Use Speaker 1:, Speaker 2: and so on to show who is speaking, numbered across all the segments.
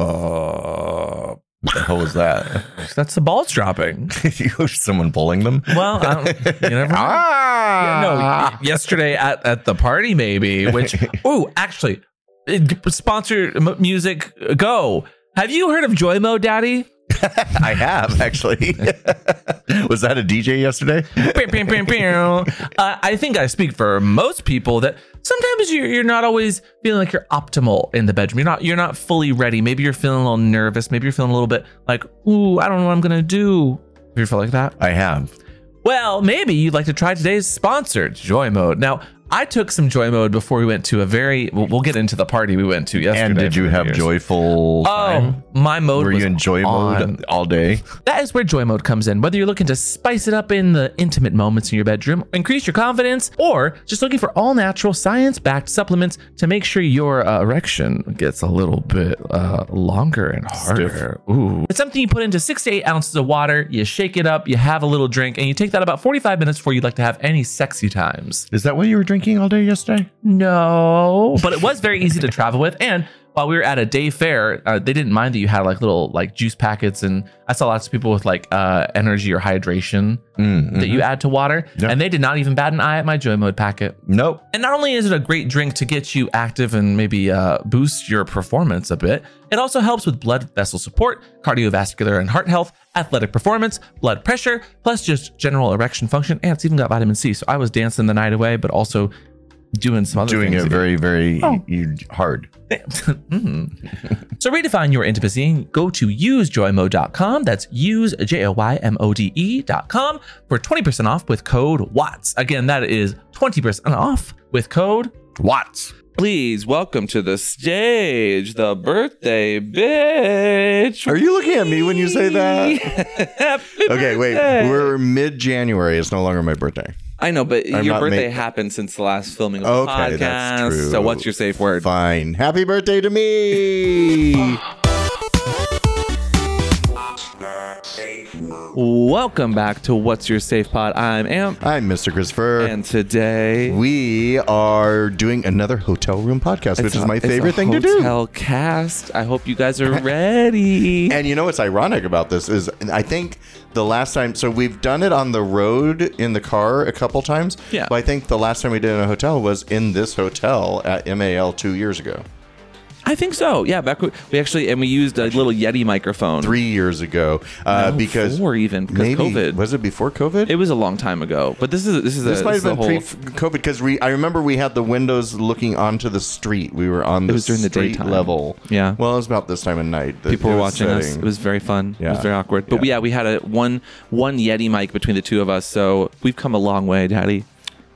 Speaker 1: Uh,
Speaker 2: What the hell was that?
Speaker 1: that's the balls dropping.
Speaker 2: you were someone pulling them?
Speaker 1: Well, I don't, you never. know. Yeah, no,
Speaker 2: ah!
Speaker 1: y- yesterday at, at the party, maybe, which, ooh, actually, it- sponsor m- music, go. Have you heard of Joymo Daddy?
Speaker 2: I have actually. was that a DJ yesterday?
Speaker 1: Pew, pew, pew, pew. uh, I think I speak for most people that sometimes you're, you're not always feeling like you're optimal in the bedroom. You're not you're not fully ready. Maybe you're feeling a little nervous. Maybe you're feeling a little bit like, ooh, I don't know what I'm gonna do. Have you felt like that?
Speaker 2: I have.
Speaker 1: Well, maybe you'd like to try today's sponsor, Joy Mode. Now, I took some Joy Mode before we went to a very. We'll, we'll get into the party we went to yesterday.
Speaker 2: and did
Speaker 1: for
Speaker 2: you
Speaker 1: New
Speaker 2: have
Speaker 1: Year's.
Speaker 2: joyful time?
Speaker 1: Oh, my mode
Speaker 2: Were
Speaker 1: was
Speaker 2: you in joy
Speaker 1: on.
Speaker 2: mode all day?
Speaker 1: That is where joy mode comes in. Whether you're looking to spice it up in the intimate moments in your bedroom, increase your confidence, or just looking for all natural science backed supplements to make sure your uh, erection gets a little bit uh, longer and harder. Ooh. It's something you put into six to eight ounces of water, you shake it up, you have a little drink, and you take that about 45 minutes before you'd like to have any sexy times.
Speaker 2: Is that what you were drinking all day yesterday?
Speaker 1: No, but it was very easy to travel with. And while we were at a day fair, uh, they didn't mind that you had like little like juice packets, and I saw lots of people with like uh, energy or hydration
Speaker 2: Mm,
Speaker 1: that
Speaker 2: mhm.
Speaker 1: you add to water,
Speaker 2: Yeah.
Speaker 1: and they did not even bat an eye at my Joy Mode packet.
Speaker 2: Nope.
Speaker 1: And not only is it a great drink to get you active and maybe uh, boost your performance a bit, it also helps with blood vessel support, cardiovascular and heart health, athletic performance, blood pressure, plus just general erection function. And it's even got vitamin C. So I was dancing the night away, but also doing some other
Speaker 2: Doing
Speaker 1: things.
Speaker 2: it very, very
Speaker 1: Oh.
Speaker 2: you- hard.
Speaker 1: Mm. so redefine your intimacy. Go to usejoymo.com. That's use J O Y M O D E dot com for 20% off with code WATTS. Again, that is 20% off with code
Speaker 2: Watts.
Speaker 1: Please welcome to the stage the birthday bitch.
Speaker 2: Are you looking at me when you say that? Okay, wait. We're mid January. It's no longer my birthday.
Speaker 3: I know, but
Speaker 2: I'm
Speaker 3: your
Speaker 2: not
Speaker 3: birthday
Speaker 2: make-
Speaker 3: happened since the last filming of the
Speaker 2: Okay,
Speaker 3: podcast.
Speaker 2: that's true.
Speaker 3: So what's your safe word?
Speaker 2: Fine. Happy birthday to me.
Speaker 3: Welcome back to What's Your Safe Pod. I'm Amp,
Speaker 2: I'm Mr. Christopher.
Speaker 3: and today
Speaker 2: we are doing another hotel room podcast, which
Speaker 3: it's
Speaker 2: is
Speaker 3: a-
Speaker 2: my
Speaker 3: it's a
Speaker 2: favorite thing to do.
Speaker 3: Hotel cast. I hope you guys are ready.
Speaker 2: And you know what's ironic about this is I think the last time, so we've done it on the road in the car a couple times.
Speaker 3: Yeah.
Speaker 2: But I think the last time we did it in a hotel was in this hotel at MAL two years ago,
Speaker 3: I think so. Yeah, back we we actually and we used a little Yeti microphone.
Speaker 2: three years ago, uh,
Speaker 3: No,
Speaker 2: because
Speaker 3: four even because
Speaker 2: maybe
Speaker 3: COVID.
Speaker 2: was it before COVID?
Speaker 3: it was a long time ago, but this is this is
Speaker 2: this
Speaker 3: a,
Speaker 2: might
Speaker 3: this
Speaker 2: have been
Speaker 3: is a whole,
Speaker 2: pre-COVID because we. I remember we had the windows looking onto the street. We were on the
Speaker 3: was during the
Speaker 2: street
Speaker 3: daytime.
Speaker 2: level.
Speaker 3: Yeah.
Speaker 2: Well, it was about this time of night. that
Speaker 3: people
Speaker 2: it
Speaker 3: were
Speaker 2: was
Speaker 3: watching us.
Speaker 2: setting.
Speaker 3: It was very fun. It
Speaker 2: Yeah.
Speaker 3: was very awkward. But
Speaker 2: Yeah.
Speaker 3: yeah. we had a one one Yeti mic between the two of us, so we've come a long way, Daddy.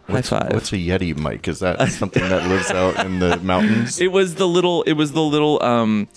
Speaker 2: What's-
Speaker 3: High five.
Speaker 2: What's a Yeti mic? Is that something that lives out in the mountains?
Speaker 3: it was the little. It was the little. Um,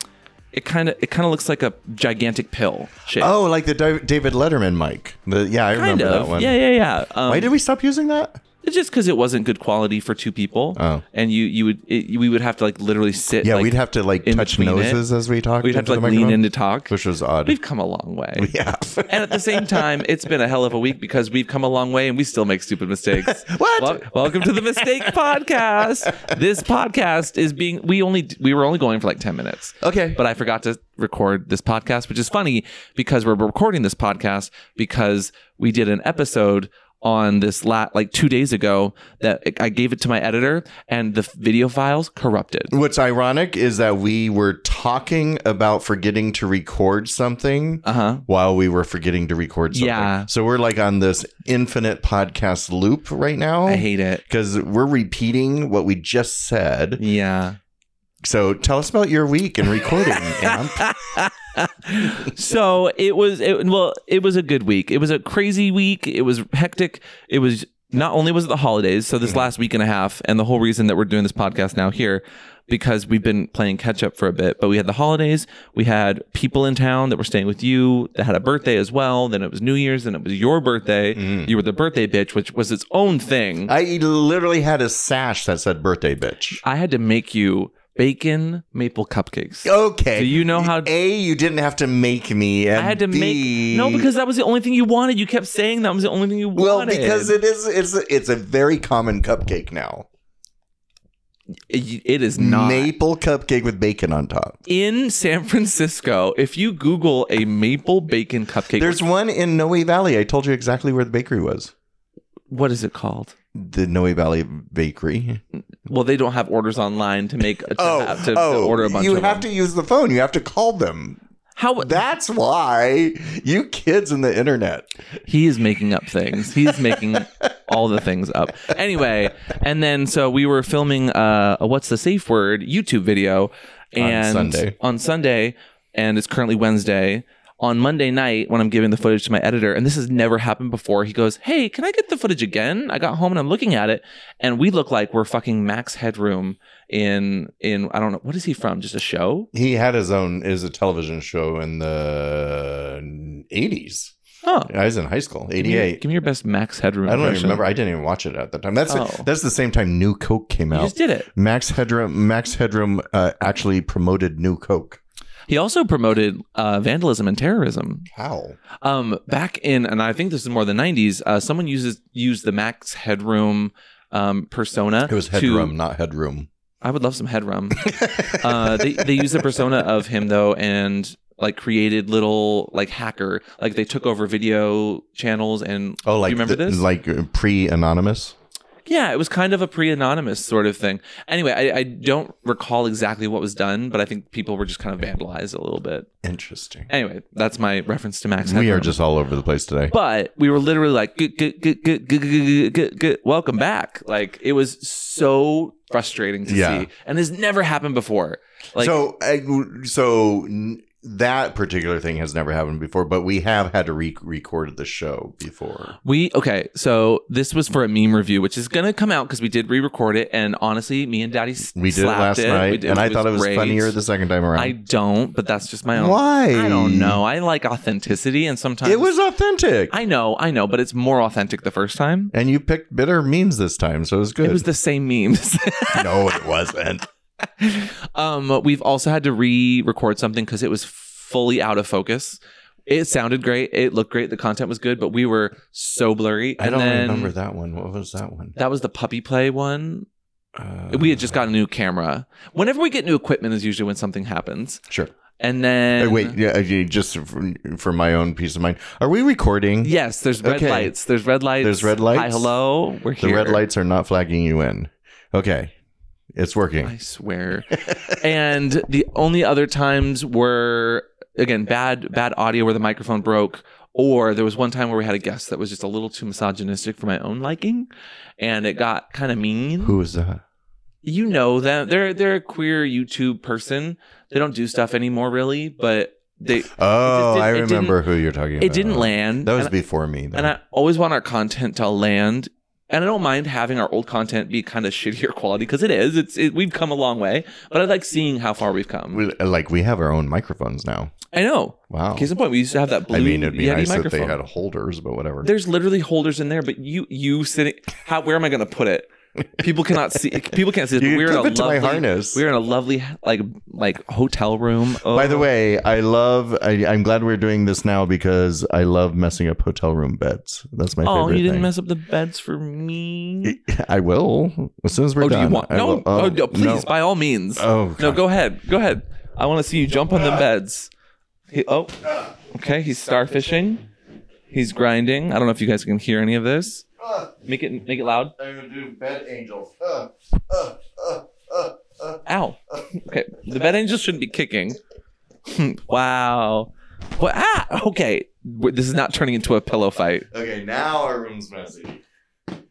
Speaker 3: it kind of it kind of looks like a gigantic pill. Shape.
Speaker 2: Oh, like the Di- David Letterman mic. The, yeah, I
Speaker 3: kind
Speaker 2: remember
Speaker 3: of.
Speaker 2: that one.
Speaker 3: Yeah, yeah, yeah. Um,
Speaker 2: Why did we stop using that?
Speaker 3: It's just because it wasn't good quality for two people.
Speaker 2: Oh.
Speaker 3: and you you would it, we would have to like literally sit.
Speaker 2: Yeah,
Speaker 3: like,
Speaker 2: we'd have to like
Speaker 3: in
Speaker 2: touch
Speaker 3: between it.
Speaker 2: noses as we talked.
Speaker 3: We'd have to
Speaker 2: into
Speaker 3: like
Speaker 2: the
Speaker 3: lean
Speaker 2: microphone,
Speaker 3: in to talk.
Speaker 2: which was odd.
Speaker 3: We've come a long way.
Speaker 2: yeah.
Speaker 3: And at the same time, it's been a hell of a week because we've come a long way and we still make stupid mistakes.
Speaker 2: What?
Speaker 3: Wel- welcome to the Mistake Podcast. This podcast is being we only we were only going for like 10 minutes.
Speaker 2: Okay.
Speaker 3: But I forgot to record this podcast, which is funny because we're recording this podcast because we did an episode on this lat like 2 days ago that I gave it to my editor and the video files corrupted.
Speaker 2: What's ironic is that we were talking about forgetting to record something
Speaker 3: Uh-huh.
Speaker 2: while we were forgetting to record something.
Speaker 3: Yeah.
Speaker 2: So we're like on this infinite podcast loop right now.
Speaker 3: I hate it.
Speaker 2: because we're repeating what we just said.
Speaker 3: Yeah.
Speaker 2: So tell us about your week in recording. Amp.
Speaker 3: so it was it, well it was a good week it was a crazy week it was hectic it was not only was it the holidays so this last week and a half and the whole reason that we're doing this podcast now here because we've been playing catch up for a bit but we had the holidays we had people in town that were staying with you that had a birthday as well then it was new year's then it was your birthday you were the birthday bitch which was its own thing
Speaker 2: I literally had a sash that said "birthday bitch."
Speaker 3: i had to make you bacon maple cupcakes
Speaker 2: Okay.
Speaker 3: Do you know how-
Speaker 2: A, you didn't have to make me. And
Speaker 3: I had to
Speaker 2: B,
Speaker 3: make no because that was the only thing you wanted. You kept saying that was the only thing you wanted.
Speaker 2: well, because it is it's it's a very common cupcake now.
Speaker 3: It it is not.
Speaker 2: Maple cupcake with bacon on top.
Speaker 3: in San Francisco, if you Google a maple bacon cupcake,
Speaker 2: There's one in Noe Valley. I told you exactly where the bakery was.
Speaker 3: what is it called?
Speaker 2: The Noe Valley Bakery.
Speaker 3: Well, they don't have orders online to make to, have, to, to order a bunch.
Speaker 2: Oh, you
Speaker 3: of
Speaker 2: have
Speaker 3: them.
Speaker 2: to use the phone. You have to call them.
Speaker 3: How
Speaker 2: That's why you kids and the internet.
Speaker 3: he is making up things. He's making all the things up. Anyway, and then so we were filming uh, a what's the safe word YouTube video and
Speaker 2: Sunday.
Speaker 3: on Sunday, and it's currently Wednesday. On Monday night, when I'm giving the footage to my editor, and this has never happened before, he goes, "Hey, can I get the footage again?" I got home and I'm looking at it, and we look like we're fucking Max Headroom in in I don't know what is he from? Just a show?
Speaker 2: He had his own is a television show in the eighties.
Speaker 3: Oh,
Speaker 2: I was in high school,
Speaker 3: give me, your-
Speaker 2: eighty-eight.
Speaker 3: give me your best Max Headroom.
Speaker 2: I don't even
Speaker 3: impression.
Speaker 2: remember. I didn't even watch it at the time. That's
Speaker 3: Oh.
Speaker 2: that's the same time New Coke came
Speaker 3: You
Speaker 2: out.
Speaker 3: just did it.
Speaker 2: Max Headroom Max Headroom uh, actually promoted New Coke.
Speaker 3: He also promoted uh, vandalism and terrorism.
Speaker 2: How?
Speaker 3: Um, back in, and I think this is more the '90s. Uh, someone uses used the Max Headroom um, persona.
Speaker 2: It was
Speaker 3: to-
Speaker 2: Headroom, not Headroom.
Speaker 3: I would love some Headroom. uh, they they used the persona of him though, and like created little like hacker. Like they took over video channels and
Speaker 2: Oh, like
Speaker 3: you remember
Speaker 2: the-
Speaker 3: this?
Speaker 2: Like pre-anonymous.
Speaker 3: yeah, it was kind of a pre-anonymous sort of thing. Anyway, I, I don't recall exactly what was done, but I think people were just kind of vandalized a little bit.
Speaker 2: Interesting.
Speaker 3: Anyway, that's my reference to Max.
Speaker 2: We
Speaker 3: Headroom.
Speaker 2: are just all over the place today.
Speaker 3: but we were literally like "Good, good, good, good, good, good, good, good, good, welcome back like it was so frustrating to
Speaker 2: Yeah.
Speaker 3: see and has never happened before like
Speaker 2: so, I- so n- that particular thing has never happened before, but we have had to re-record the show before.
Speaker 3: we okay so this was for a meme review which is gonna come out because we did re-record it and honestly me and daddy s-
Speaker 2: We did it
Speaker 3: slapped
Speaker 2: last night,
Speaker 3: We did,
Speaker 2: and I thought it was
Speaker 3: great.
Speaker 2: funnier the second time around.
Speaker 3: i don't but that's just my own
Speaker 2: Why?
Speaker 3: i don't know i like authenticity and sometimes
Speaker 2: It was authentic,
Speaker 3: i know i know but it's more authentic the first time
Speaker 2: and you picked bitter memes this time, so it was good.
Speaker 3: it was the same memes
Speaker 2: no, it wasn't.
Speaker 3: Um, we've also had to re-record something because it was fully out of focus. It sounded great. It looked great. The content was good, but we were so blurry.
Speaker 2: I
Speaker 3: And
Speaker 2: don't
Speaker 3: then
Speaker 2: remember that one. What was that one?
Speaker 3: That was the puppy play one.
Speaker 2: Uh,
Speaker 3: we had just got a new camera. Whenever we get new equipment, is usually when something happens.
Speaker 2: sure.
Speaker 3: And then
Speaker 2: Uh, Wait, yeah, uh, you- just for, for my own peace of mind, are we recording?
Speaker 3: yes, there's red
Speaker 2: Okay.
Speaker 3: lights. There's red lights.
Speaker 2: There's red lights.
Speaker 3: Hi, hello. We're
Speaker 2: The
Speaker 3: here.
Speaker 2: red lights are not flagging you in. Okay, it's working.
Speaker 3: I swear. and the only other times were again bad bad audio where the microphone broke or there was one time where we had a guest that was just a little too misogynistic for my own liking and it got kind of mean.
Speaker 2: Who was that?
Speaker 3: You know them. They're they're a queer YouTube person. They don't do stuff anymore really, but they
Speaker 2: Oh,
Speaker 3: didn't-
Speaker 2: I
Speaker 3: it didn't-
Speaker 2: remember who you're talking about.
Speaker 3: it didn't land.
Speaker 2: That was
Speaker 3: and,
Speaker 2: before me. Though.
Speaker 3: and I always want our content to land and I don't mind having our old content be kind of shittier quality because it is. It's it, we've come a long way, but I like seeing how far we've come.
Speaker 2: We- like we have our own microphones now.
Speaker 3: I know.
Speaker 2: Wow.
Speaker 3: Case in point, we used to have that blue.
Speaker 2: Oh. I mean, it'd be
Speaker 3: Yeti
Speaker 2: nice
Speaker 3: microphone.
Speaker 2: if they had holders, but whatever.
Speaker 3: There's literally holders in there, but you you sitting. How where am I going to put it? People cannot see. People can't see. this,
Speaker 2: You
Speaker 3: but
Speaker 2: can
Speaker 3: we're in
Speaker 2: clip
Speaker 3: a
Speaker 2: it to my
Speaker 3: lovely,
Speaker 2: harness.
Speaker 3: We're in a lovely like like hotel room. Oh,
Speaker 2: By the way, I love. I, I'm glad we're doing this now because I love messing up hotel room beds. That's my
Speaker 3: oh,
Speaker 2: favorite
Speaker 3: you didn't
Speaker 2: thing.
Speaker 3: mess up the beds for me.
Speaker 2: I will as soon as we're
Speaker 3: Oh, do
Speaker 2: done.
Speaker 3: you want?
Speaker 2: I
Speaker 3: No,
Speaker 2: will- um,
Speaker 3: oh, no, please,
Speaker 2: no.
Speaker 3: by all means.
Speaker 2: Oh,
Speaker 3: no,
Speaker 2: God.
Speaker 3: go ahead, go ahead. I want to see you jump on the beds. He, oh, okay. He's starfishing. He's grinding. I don't know if you guys can hear any of this. Make it make it loud.
Speaker 2: I'm gonna do bed angels.
Speaker 3: Ow. Okay. The bed angels shouldn't be kicking. Hmm. wow. What? Ah. Okay. W- This is not turning into a pillow fight.
Speaker 2: Okay, now our room's messy.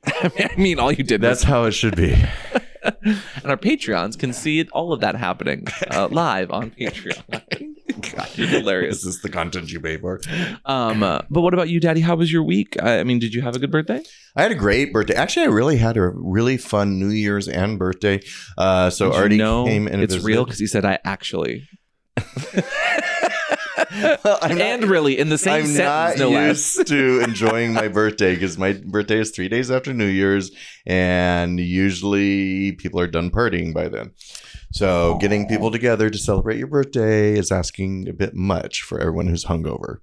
Speaker 3: I mean, all you did.
Speaker 2: That's
Speaker 3: That's
Speaker 2: how it should be.
Speaker 3: and our Patreons can see it, all of that happening uh, live on Patreon. God, you're
Speaker 2: Is
Speaker 3: hilarious.
Speaker 2: this the content you pay for?
Speaker 3: Um, uh, but what about you, Daddy? How was your week? I, I mean, did you have a good birthday?
Speaker 2: I had a great birthday. Actually, I really had a really fun New Year's and birthday. Uh, so
Speaker 3: Did you
Speaker 2: already
Speaker 3: know
Speaker 2: came and
Speaker 3: it's
Speaker 2: visited.
Speaker 3: real because he said I actually
Speaker 2: I'm not-
Speaker 3: and really in the same
Speaker 2: I'm
Speaker 3: sentence,
Speaker 2: not
Speaker 3: no less.
Speaker 2: used to enjoying my birthday because my birthday is three days after New Year's, and usually people are done partying by then. So getting people together to celebrate your birthday is asking a bit much for everyone who's hungover.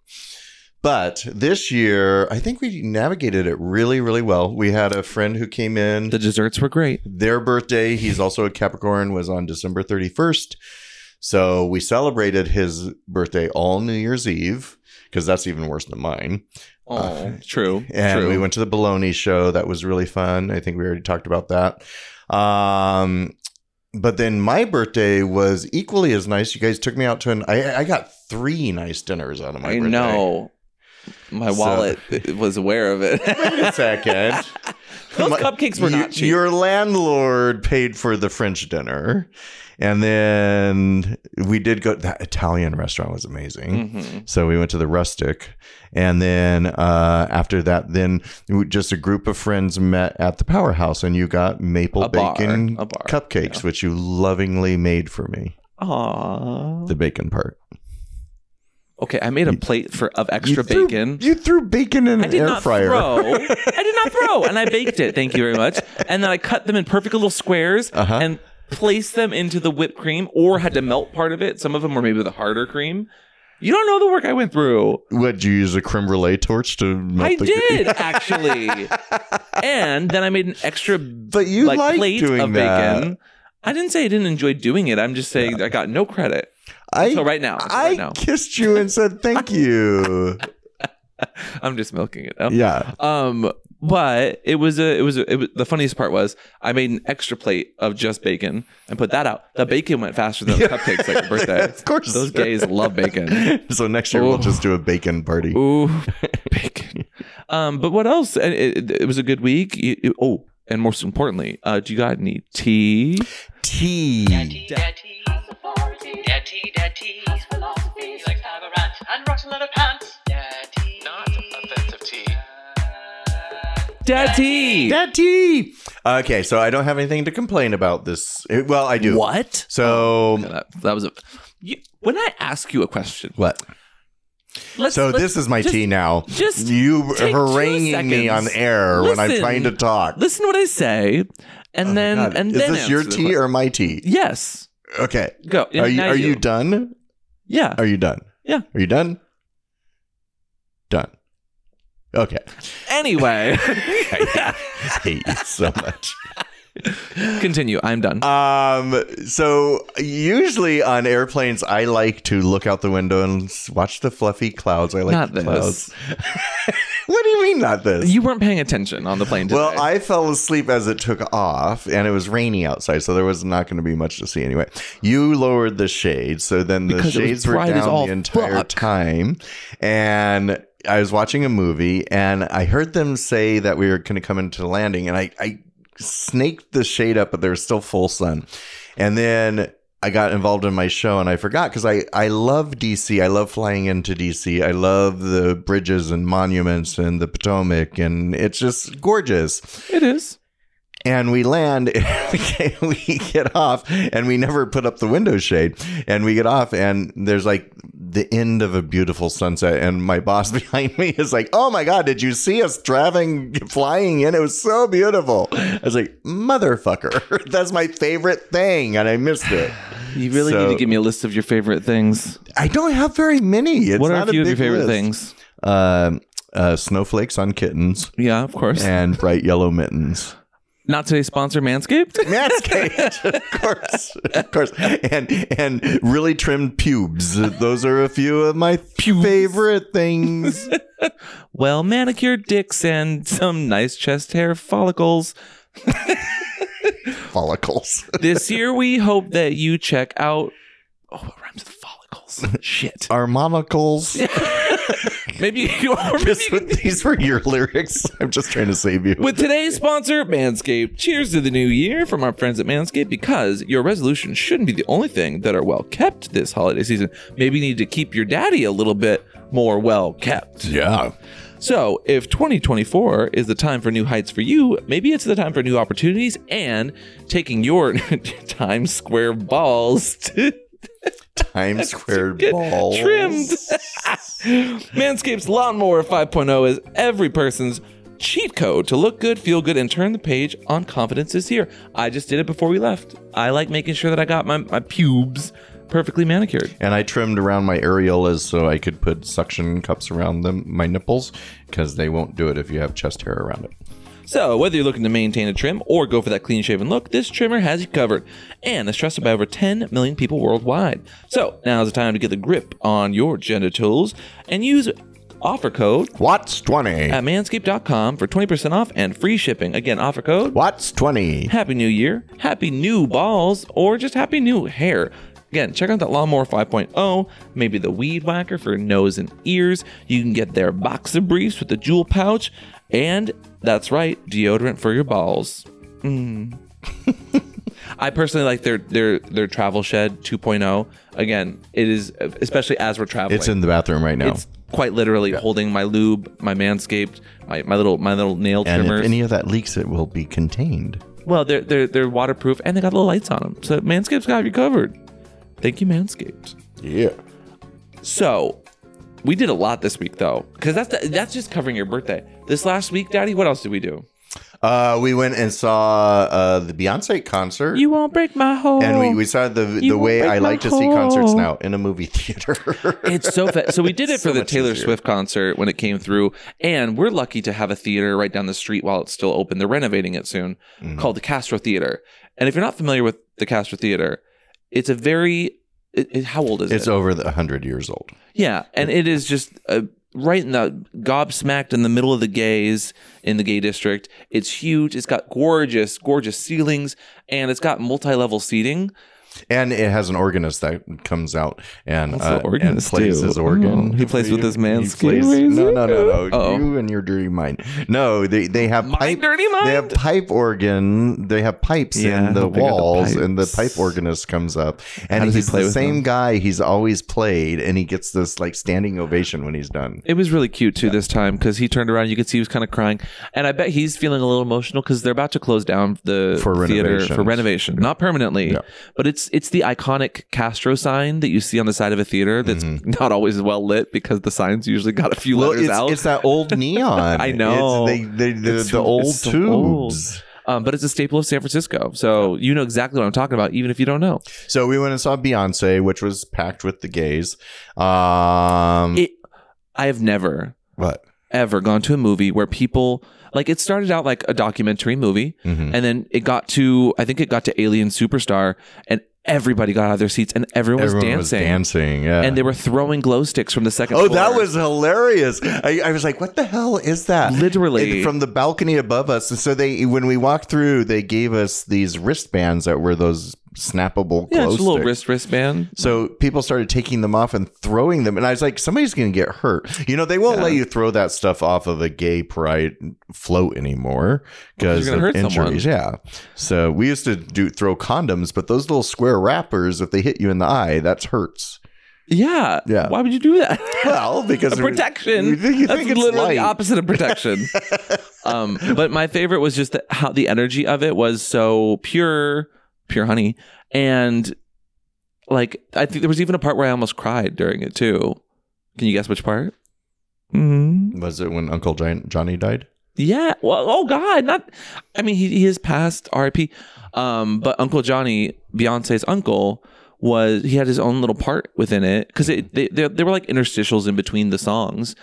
Speaker 2: But this year, I think we navigated it really, really well. We had a friend who came in.
Speaker 3: The desserts were great.
Speaker 2: their birthday. He's also a Capricorn, was on December 31st. So we celebrated his birthday all New Year's Eve because that's even worse than mine.
Speaker 3: Oh,
Speaker 2: Uh,
Speaker 3: true.
Speaker 2: And
Speaker 3: true.
Speaker 2: we went to the Bologna show. That was really fun. I think we already talked about that. Um, but then my birthday was equally as nice. You guys took me out to an. I, I got three nice dinners out of my
Speaker 3: I
Speaker 2: birthday.
Speaker 3: know. My
Speaker 2: So-
Speaker 3: wallet was aware of it.
Speaker 2: Wait a second.
Speaker 3: Those
Speaker 2: My-
Speaker 3: cupcakes were
Speaker 2: you-
Speaker 3: not cheap.
Speaker 2: Your landlord paid for the French dinner, and then we did go. That Italian restaurant was amazing.
Speaker 3: Mhm.
Speaker 2: So we went to the rustic, and then uh, after that, then we- just a group of friends met at the powerhouse, and you got maple
Speaker 3: A bar,
Speaker 2: bacon
Speaker 3: a bar,
Speaker 2: cupcakes,
Speaker 3: yeah.
Speaker 2: which you lovingly made for me.
Speaker 3: Aw.
Speaker 2: The bacon part,
Speaker 3: Okay, I made a
Speaker 2: You-
Speaker 3: plate for of extra
Speaker 2: You threw-
Speaker 3: bacon.
Speaker 2: You threw bacon in
Speaker 3: I
Speaker 2: an
Speaker 3: did
Speaker 2: air
Speaker 3: not
Speaker 2: fryer.
Speaker 3: throw. I did not throw, and I baked it. Thank you very much. And then I cut them in perfect little squares
Speaker 2: Uh-huh.
Speaker 3: and placed them into the whipped cream, or had to melt part of it. Some of them were maybe the harder cream. You don't know the work I went through.
Speaker 2: What did you use a creme brulee torch to melt
Speaker 3: I
Speaker 2: the
Speaker 3: did actually, and then I made an extra
Speaker 2: But you
Speaker 3: like,
Speaker 2: like
Speaker 3: plate
Speaker 2: doing
Speaker 3: of
Speaker 2: that.
Speaker 3: bacon. I didn't say I didn't enjoy doing it. I'm just saying I got no credit
Speaker 2: I
Speaker 3: until right now. Until
Speaker 2: I
Speaker 3: right now,
Speaker 2: kissed you and said thank you.
Speaker 3: I'm just milking it. Up.
Speaker 2: yeah.
Speaker 3: Um, but it was a it was a, it was the funniest part was I made an extra plate of just bacon and put that out. The bacon went faster than the cupcakes at your birthday.
Speaker 2: Of course.
Speaker 3: Those gays love bacon.
Speaker 2: So next year we'll
Speaker 3: Ooh.
Speaker 2: just do a bacon party.
Speaker 3: Ooh, bacon. Um, but what else? And It, it, it was a good week. You- you- oh, and most importantly, uh, do you got any tea?
Speaker 2: Tea.
Speaker 4: Daddy, daddy, daddy, dadty. His philosophy. He likes to have a rant and rotten leather pants. Daddy. Uh, Not offensive tea.
Speaker 3: Dad tea.
Speaker 2: That tea. Okay, so I don't have anything to complain about this. eh, Well, I do.
Speaker 3: What? Oh, Yeah,
Speaker 2: So
Speaker 3: that, that was a. You, when I ask you a question,
Speaker 2: what?
Speaker 3: let's,
Speaker 2: So
Speaker 3: let's
Speaker 2: this is my
Speaker 3: just-
Speaker 2: tea now.
Speaker 3: just
Speaker 2: you
Speaker 3: take two
Speaker 2: haranguing me on
Speaker 3: seconds.
Speaker 2: air when I'm
Speaker 3: Listen.
Speaker 2: trying to talk.
Speaker 3: Listen to what I say, and
Speaker 2: Oh my
Speaker 3: then
Speaker 2: God.
Speaker 3: and
Speaker 2: is
Speaker 3: then
Speaker 2: this your
Speaker 3: answer the
Speaker 2: tea
Speaker 3: question.
Speaker 2: or my tea?
Speaker 3: Yes.
Speaker 2: Okay.
Speaker 3: Go.
Speaker 2: Are you
Speaker 3: Now
Speaker 2: are you done?
Speaker 3: Yeah.
Speaker 2: Are you done?
Speaker 3: Yeah.
Speaker 2: Are you done? Done. Okay.
Speaker 3: Anyway,
Speaker 2: I hate you so much.
Speaker 3: continue. I'm done.
Speaker 2: Um, so usually on airplanes, I like to look out the window and s- watch the fluffy clouds. I like
Speaker 3: Not
Speaker 2: the
Speaker 3: this.
Speaker 2: clouds. what do you mean, not this?
Speaker 3: You weren't paying attention on the plane today.
Speaker 2: well, I fell asleep as it took off, and it was rainy outside, so there was not going to be much to see anyway. You lowered the shades, so then the
Speaker 3: Because it was
Speaker 2: shades were
Speaker 3: bright as
Speaker 2: down
Speaker 3: all
Speaker 2: the entire
Speaker 3: fuck.
Speaker 2: time, and I was watching a movie, and I heard them say that we were going to come into landing, and I, I snaked the shade up, but there was still full sun, and then. I got involved in my show and I forgot because I, I love DC. I love flying into DC. I love the bridges and monuments and the Potomac, and it's just gorgeous
Speaker 3: it is.
Speaker 2: and we land and we get off and we never put up the window shade and we get off and there's like the end of a beautiful sunset and my boss behind me is like oh my god did you see us driving flying in it was so beautiful i was like motherfucker that's my favorite thing and i missed it
Speaker 3: You really
Speaker 2: So-
Speaker 3: need to give me a list of your favorite things.
Speaker 2: i don't have very many it's
Speaker 3: what are
Speaker 2: not
Speaker 3: a few of your
Speaker 2: big
Speaker 3: favorite
Speaker 2: list.
Speaker 3: things?
Speaker 2: Um, uh, snowflakes on kittens
Speaker 3: Yeah, of course.
Speaker 2: and bright yellow mittens
Speaker 3: Not today's sponsor, Manscaped.
Speaker 2: Manscaped, of course, of course, and and really trimmed pubes. Those are a few of my favorite things.
Speaker 3: Well manicured dicks and some nice chest hair follicles.
Speaker 2: Follicles.
Speaker 3: This year, we hope that you check out. Oh, what rhymes with follicles? Shit.
Speaker 2: Are monocles.
Speaker 3: Maybe you or maybe
Speaker 2: Just with- these were your lyrics. I'm just trying to save you.
Speaker 3: With today's sponsor, Manscaped, cheers to the new year from our friends at Manscaped because your resolutions shouldn't be the only thing that are well kept this holiday season. Maybe you need to keep your daddy a little bit more well kept.
Speaker 2: yeah.
Speaker 3: So, if 2024 is the time for new heights for you, maybe it's the time for new opportunities and taking your Times Square balls to
Speaker 2: Times Square
Speaker 3: get
Speaker 2: balls.
Speaker 3: trimmed. Manscaped's Lawnmower 5.0 is every person's cheat code to look good, feel good, and turn the page on confidence this year. I just did it before we left. I like making sure that I got my, my pubes perfectly manicured.
Speaker 2: And I trimmed around my areolas so I could put suction cups around them, my nipples, because they won't do it if you have chest hair around it.
Speaker 3: So, whether you're looking to maintain a trim or go for that clean shaven look, this trimmer has you covered and is trusted by over 10 million people worldwide. So, now's the time to get the grip on your genitals and use offer code
Speaker 2: What's 20?
Speaker 3: at manscaped.com for 20% off and free shipping. Again, offer code
Speaker 2: What's 20?
Speaker 3: Happy New Year, Happy New Balls, or just Happy New Hair. Again, check out that Lawnmower 5.0, maybe the Weed Whacker for nose and ears. You can get their boxer briefs with the jewel pouch, and that's right, deodorant for your balls. Mm. I personally like their their their travel shed 2.0. Again, it is especially as we're traveling.
Speaker 2: It's in the bathroom right now.
Speaker 3: It's quite literally holding my lube, my manscaped, my, my little my little nail
Speaker 2: and
Speaker 3: trimmers.
Speaker 2: if any of that leaks, it will be contained.
Speaker 3: Well, they're they're they're waterproof and they got little lights on them. So Manscaped's got you covered. Thank you, Manscaped.
Speaker 2: Yeah.
Speaker 3: So we did a lot this week though, because that's the, that's just covering your birthday. This last week, Daddy, what else did we do?
Speaker 2: Uh, we went and saw uh, the Beyonce concert.
Speaker 3: You won't break my hole.
Speaker 2: and we, we saw the the
Speaker 3: You
Speaker 2: way
Speaker 3: break
Speaker 2: I
Speaker 3: my
Speaker 2: like to see concerts
Speaker 3: hole.
Speaker 2: now in a movie theater.
Speaker 3: it's so fa- so we did it
Speaker 2: So
Speaker 3: for the
Speaker 2: much
Speaker 3: Taylor
Speaker 2: easier.
Speaker 3: Swift concert when it came through, and we're lucky to have a theater right down the street while it's still open. They're renovating it soon,
Speaker 2: Mm-hmm.
Speaker 3: called the Castro Theater. And if you're not familiar with the Castro Theater, it's a very it, it- how old is it?
Speaker 2: it's over the hundred years old.
Speaker 3: Yeah, and it is just uh, right in the gobsmacked in the middle of the gays in the gay district. It's huge. It's got gorgeous, gorgeous ceilings, and it's got multi-level seating.
Speaker 2: And it has an organist that comes out and,
Speaker 3: What's the
Speaker 2: uh, and
Speaker 3: organist
Speaker 2: plays
Speaker 3: do?
Speaker 2: his organ.
Speaker 3: Oh, he plays with his
Speaker 2: He
Speaker 3: man's
Speaker 2: plays-
Speaker 3: keys.
Speaker 2: No, no, no, no.
Speaker 3: Uh-oh.
Speaker 2: You and your dirty mind. No, they they have
Speaker 3: My
Speaker 2: pipe.
Speaker 3: dirty mind?
Speaker 2: They have pipe organ. They have pipes
Speaker 3: Yeah,
Speaker 2: in the
Speaker 3: how big are the
Speaker 2: walls, and the
Speaker 3: pipes?
Speaker 2: pipe organist comes up,
Speaker 3: How
Speaker 2: and
Speaker 3: does he
Speaker 2: he's
Speaker 3: play
Speaker 2: the
Speaker 3: with
Speaker 2: same
Speaker 3: them?
Speaker 2: guy he's always played, and he gets this like standing ovation when he's done.
Speaker 3: It was really cute too this time because he turned around. You could see he was kind of crying, and I bet he's feeling a little emotional because they're about to close down the
Speaker 2: For
Speaker 3: theater for
Speaker 2: renovations.
Speaker 3: renovation, not permanently,
Speaker 2: Yeah.
Speaker 3: but it's it's the iconic Castro sign that you see on the side of a theater that's not always well lit because the signs usually got a few
Speaker 2: Mm-hmm. Well,
Speaker 3: letters
Speaker 2: it's,
Speaker 3: out.
Speaker 2: it's that old neon.
Speaker 3: I know.
Speaker 2: It's, they, they, the,
Speaker 3: It's
Speaker 2: the
Speaker 3: so-
Speaker 2: old
Speaker 3: it's so
Speaker 2: tubes.
Speaker 3: old. Um, but it's a staple of San Francisco, so you know exactly what I'm talking about, even if you don't know.
Speaker 2: So we went and saw Beyonce, which was packed with the gays. Um,
Speaker 3: It, I have never
Speaker 2: what?
Speaker 3: ever gone to a movie where people like it started out like a documentary movie,
Speaker 2: Mhm.
Speaker 3: and then it got to I think it got to Alien Superstar, and everybody got out of their seats and everyone, was
Speaker 2: Everyone was
Speaker 3: dancing,
Speaker 2: dancing. Yeah.
Speaker 3: and they were throwing glow sticks from the second.
Speaker 2: Oh,
Speaker 3: floor.
Speaker 2: that was hilarious! I, I was like, "What the hell is that?"
Speaker 3: Literally.
Speaker 2: And from the balcony above us. And so they, when we walked through, they gave us these wristbands that were those snappable.
Speaker 3: yeah,
Speaker 2: glow
Speaker 3: it's a little
Speaker 2: sticks.
Speaker 3: wrist wristband.
Speaker 2: So people started taking them off and throwing them, and I was like, "Somebody's going to get hurt." You know, they won't let you throw that stuff off of a gay pride float anymore because
Speaker 3: you're
Speaker 2: of
Speaker 3: gonna hurt someone.
Speaker 2: injuries. Yeah. So we used to do throw condoms, but those little square wrappers, if they hit you in the eye, that's hurts.
Speaker 3: Yeah,
Speaker 2: Yeah.
Speaker 3: Why would you do that?
Speaker 2: Well, because we're-
Speaker 3: protection.
Speaker 2: you think- you
Speaker 3: That's
Speaker 2: think it's
Speaker 3: literally
Speaker 2: light.
Speaker 3: the opposite of protection. um, but my favorite was just the, how the energy of it was so pure, pure honey, and like I think there was even a part where I almost cried during it too. Can you guess which part? hmm
Speaker 2: Was it when Uncle John- Johnny died?
Speaker 3: Yeah. Well, oh God, not. I mean, he, he is past RIP. Um, but Uncle Johnny, Beyonce's uncle, was he had his own little part within it because it they, they they were like interstitials in between the songs,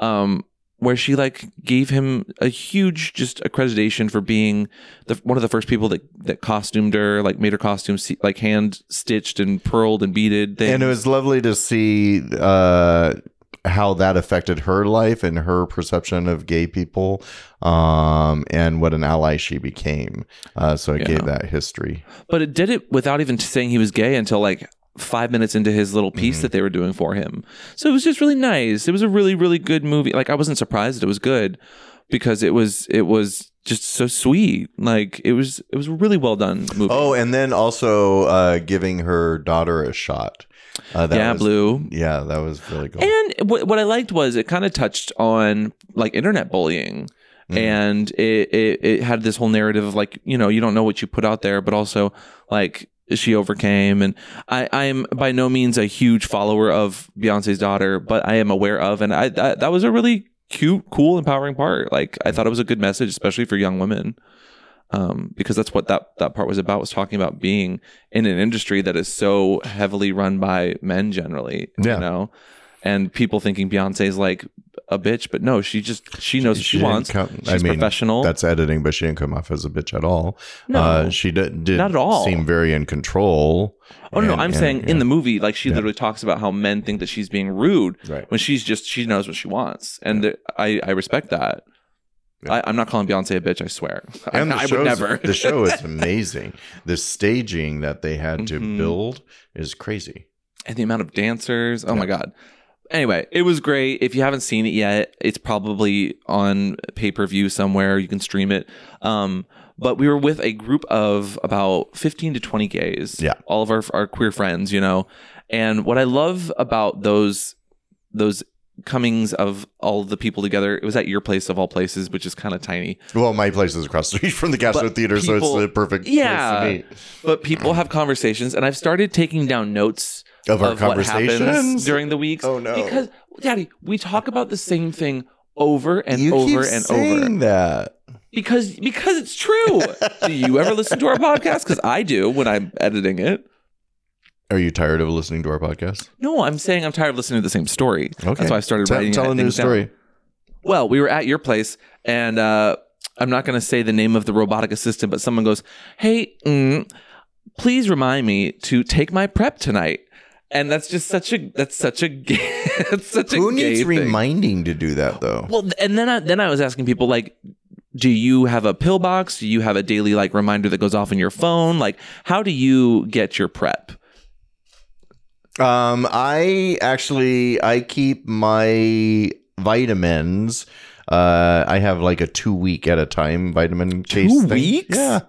Speaker 3: um, where she like gave him a huge just accreditation for being the one of the first people that that costumed her, like made her costume se- like hand stitched and pearled and beaded. Things.
Speaker 2: And it was lovely to see uh, how that affected her life and her perception of gay people um, and what an ally she became. Uh, so it
Speaker 3: Yeah.
Speaker 2: gave that history.
Speaker 3: But it did it without even saying he was gay until like five minutes into his little
Speaker 2: Mm-hmm.
Speaker 3: piece that they were doing for him. So it was just really nice. It was a really, really good movie. Like I wasn't surprised it was good because it was it was just so sweet. Like it was it was a really well done movie.
Speaker 2: Oh, and then also uh, giving her daughter a shot. Uh, that
Speaker 3: yeah,
Speaker 2: was,
Speaker 3: blue.
Speaker 2: Yeah, that was really cool.
Speaker 3: And what, what I liked was it kind of touched on like internet bullying. And it, it, it had this whole narrative of like, you know, you don't know what you put out there, but also like she overcame. And I, I'm by no means a huge follower of Beyonce's daughter, but I am aware of. And I, that that was a really cute, cool, empowering part. Like, I thought it was a good message, especially for young women. um, because that's what that that part was about was talking about being in an industry that is so heavily run by men generally
Speaker 2: Yeah.
Speaker 3: you know and people thinking beyonce's like a bitch but no she just she knows
Speaker 2: She
Speaker 3: what she
Speaker 2: didn't
Speaker 3: wants
Speaker 2: come- I
Speaker 3: she's
Speaker 2: mean,
Speaker 3: professional
Speaker 2: That's editing, but she didn't come off as a bitch at all.
Speaker 3: No.
Speaker 2: uh, she did, did
Speaker 3: Not at all.
Speaker 2: Seem very in control.
Speaker 3: oh no
Speaker 2: And-
Speaker 3: i'm
Speaker 2: and-
Speaker 3: saying in
Speaker 2: yeah.
Speaker 3: the movie like she
Speaker 2: Yeah.
Speaker 3: literally talks about how men think that she's being rude
Speaker 2: right.
Speaker 3: when she's just she knows what she wants and there- i i respect that
Speaker 2: Yeah.
Speaker 3: I, i'm not calling beyonce a bitch i swear I-
Speaker 2: And the
Speaker 3: i, would
Speaker 2: show's-
Speaker 3: never
Speaker 2: the show is amazing. The staging that they had to
Speaker 3: Mhm.
Speaker 2: build is crazy.
Speaker 3: and the amount of dancers. Oh
Speaker 2: Yeah.
Speaker 3: my god. Anyway, it was great. If you haven't seen it yet, it's probably on pay-per-view somewhere. You can stream it. Um, but we were with a group of about 15 to 20 gays.
Speaker 2: Yeah.
Speaker 3: All of our our queer friends, you know. And what I love about those those comings of all the people together, it was at your place of all places, which is kind of tiny.
Speaker 2: Well, my place is across the street from the Castro
Speaker 3: But
Speaker 2: Theater, so it's
Speaker 3: people-
Speaker 2: the perfect
Speaker 3: Yeah.
Speaker 2: place to meet.
Speaker 3: But people have conversations and I've started taking down notes
Speaker 2: Of our
Speaker 3: of what
Speaker 2: conversations
Speaker 3: happens during the weeks.
Speaker 2: Oh, no.
Speaker 3: Because Daddy, we talk about the same thing over and
Speaker 2: You
Speaker 3: over
Speaker 2: keep
Speaker 3: and
Speaker 2: saying
Speaker 3: over
Speaker 2: that.
Speaker 3: because because it's true. do you ever listen to our podcast? Because I do when I'm editing it.
Speaker 2: Are you tired of listening to our podcast?
Speaker 3: No, I'm saying I'm tired of listening to the same story.
Speaker 2: Okay.
Speaker 3: That's why I started
Speaker 2: Tell,
Speaker 3: writing.
Speaker 2: tell a new
Speaker 3: things down.
Speaker 2: story.
Speaker 3: Well, we were at your place, and uh, I'm not going to say the name of the robotic assistant, but someone goes, "Hey, mm, please remind me to take my prep tonight." And that's just such a that's such a that's such a
Speaker 2: Who
Speaker 3: gay
Speaker 2: needs
Speaker 3: thing.
Speaker 2: reminding to do that though?
Speaker 3: Well, th- and then I, then I was asking people like, do you have a pill box? Do you have a daily like reminder that goes off in your phone? Like, how do you get your prep?
Speaker 2: Um, I actually I keep my vitamins. Uh, I have like a two week at a time vitamin case. thing.
Speaker 3: weeks?
Speaker 2: yeah.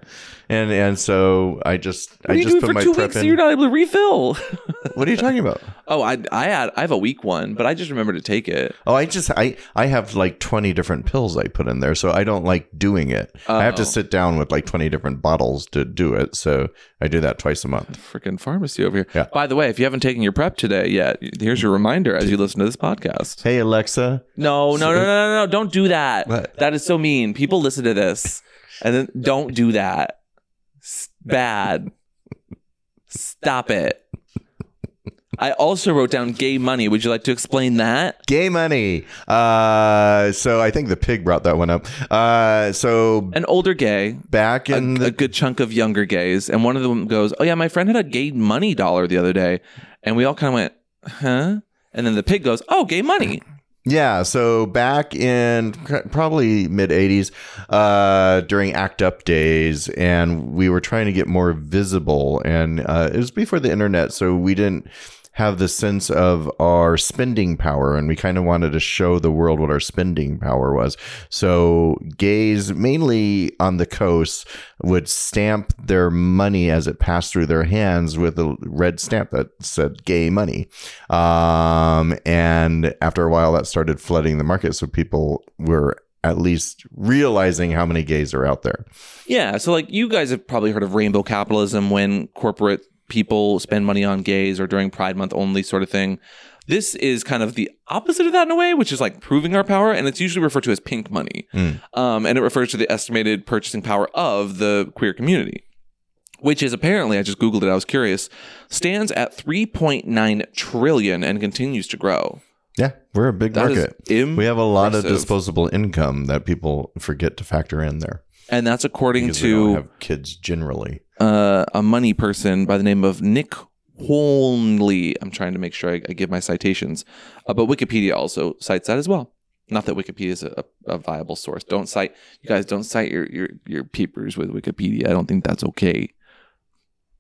Speaker 2: And and so I just
Speaker 3: What
Speaker 2: I
Speaker 3: do you
Speaker 2: just
Speaker 3: do
Speaker 2: put
Speaker 3: for
Speaker 2: my
Speaker 3: two
Speaker 2: prep
Speaker 3: weeks
Speaker 2: in.
Speaker 3: so you're not able to refill?
Speaker 2: what are you talking about?
Speaker 3: oh, I I had I have a weak one, but I just remember to take it.
Speaker 2: Oh, I just I I have like twenty different pills I put in there, so I don't like doing it. I have
Speaker 3: Oh.
Speaker 2: to sit down with like twenty different bottles to do it. So I do that twice a month.
Speaker 3: Freaking pharmacy over here.
Speaker 2: Yeah.
Speaker 3: By the way, if you haven't taken your prep today yet, here's your reminder as you listen to this podcast.
Speaker 2: Hey Alexa,
Speaker 3: No, no, no, no, no, no. Don't do that.
Speaker 2: What?
Speaker 3: That is so mean. People listen to this and then don't do that. S- bad. Stop it. I also wrote down gay money. Would you like to explain that?
Speaker 2: gay money. Uh, so I think the pig brought that one up. Uh, so
Speaker 3: An older gay,
Speaker 2: back
Speaker 3: a,
Speaker 2: in the
Speaker 3: a good chunk of younger gays, and one of them goes, Oh, yeah, my friend had a gay money dollar the other day. And we all kind of went, Huh? And then the pig goes, Oh, gay money.
Speaker 2: Yeah, so back in cr- probably mid 80s, uh, during ACT UP days, and we were trying to get more visible, and uh, it was before the internet, so we didn't have the sense of our spending power, and we kind of wanted to show the world what our spending power was. So, gays, mainly on the coast, would stamp their money as it passed through their hands with a red stamp that said gay money. Um, and after a while, that started flooding the market. So people were at least realizing how many gays are out there.
Speaker 3: Yeah. So, like, you guys have probably heard of rainbow capitalism when corporate people spend money on gays or during Pride Month only sort of thing. This is kind of the opposite of that in a way, which is like proving our power. And it's usually referred to as pink money.
Speaker 2: Mm.
Speaker 3: Um, and it refers to the estimated purchasing power of the queer community, which is apparently, I just Googled it, I was curious, stands at 3.9 trillion and continues to grow.
Speaker 2: Yeah, we're a big
Speaker 3: That is
Speaker 2: market.
Speaker 3: impressive.
Speaker 2: we have a lot of
Speaker 3: impressive.
Speaker 2: disposable income that people forget to factor in there
Speaker 3: and that's according
Speaker 2: because we don't
Speaker 3: to
Speaker 2: have kids generally.
Speaker 3: uh, a money person by the name of Nick Hornley. I'm trying to make sure I, I give my citations, uh, but Wikipedia also cites that as well. Not that Wikipedia is a, a viable source. Don't cite you guys. Don't cite your your your peepers with Wikipedia. I don't think that's okay.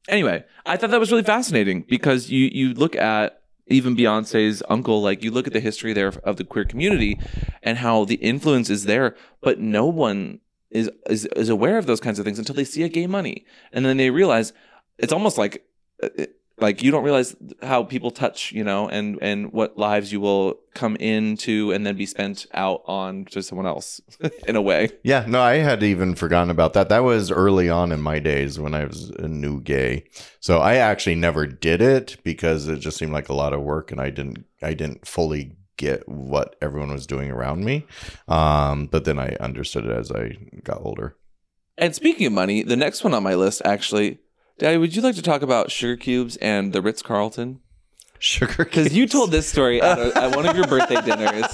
Speaker 3: Anyway, I thought that was really fascinating because you you look at even Beyonce's uncle, like you look at the history there of the queer community and how the influence is there, but no one is is is aware of those kinds of things until they see a gay money and then they realize it's almost like uh, it- like you don't realize how people touch you know and and what lives you will come into and then be spent out on to someone else in a way
Speaker 2: Yeah, no, I had even forgotten about that. That was early on in my days when I was a new gay. So I actually never did it because it just seemed like a lot of work and I didn't I didn't fully get what everyone was doing around me. Um, but then I understood it as I got older.
Speaker 3: And speaking of money, the next one on my list actually, Daddy, would you like to talk about sugar cubes and the Ritz Carlton?
Speaker 2: Sugar cane.
Speaker 3: Because you told this story at, a, at one of your birthday dinners,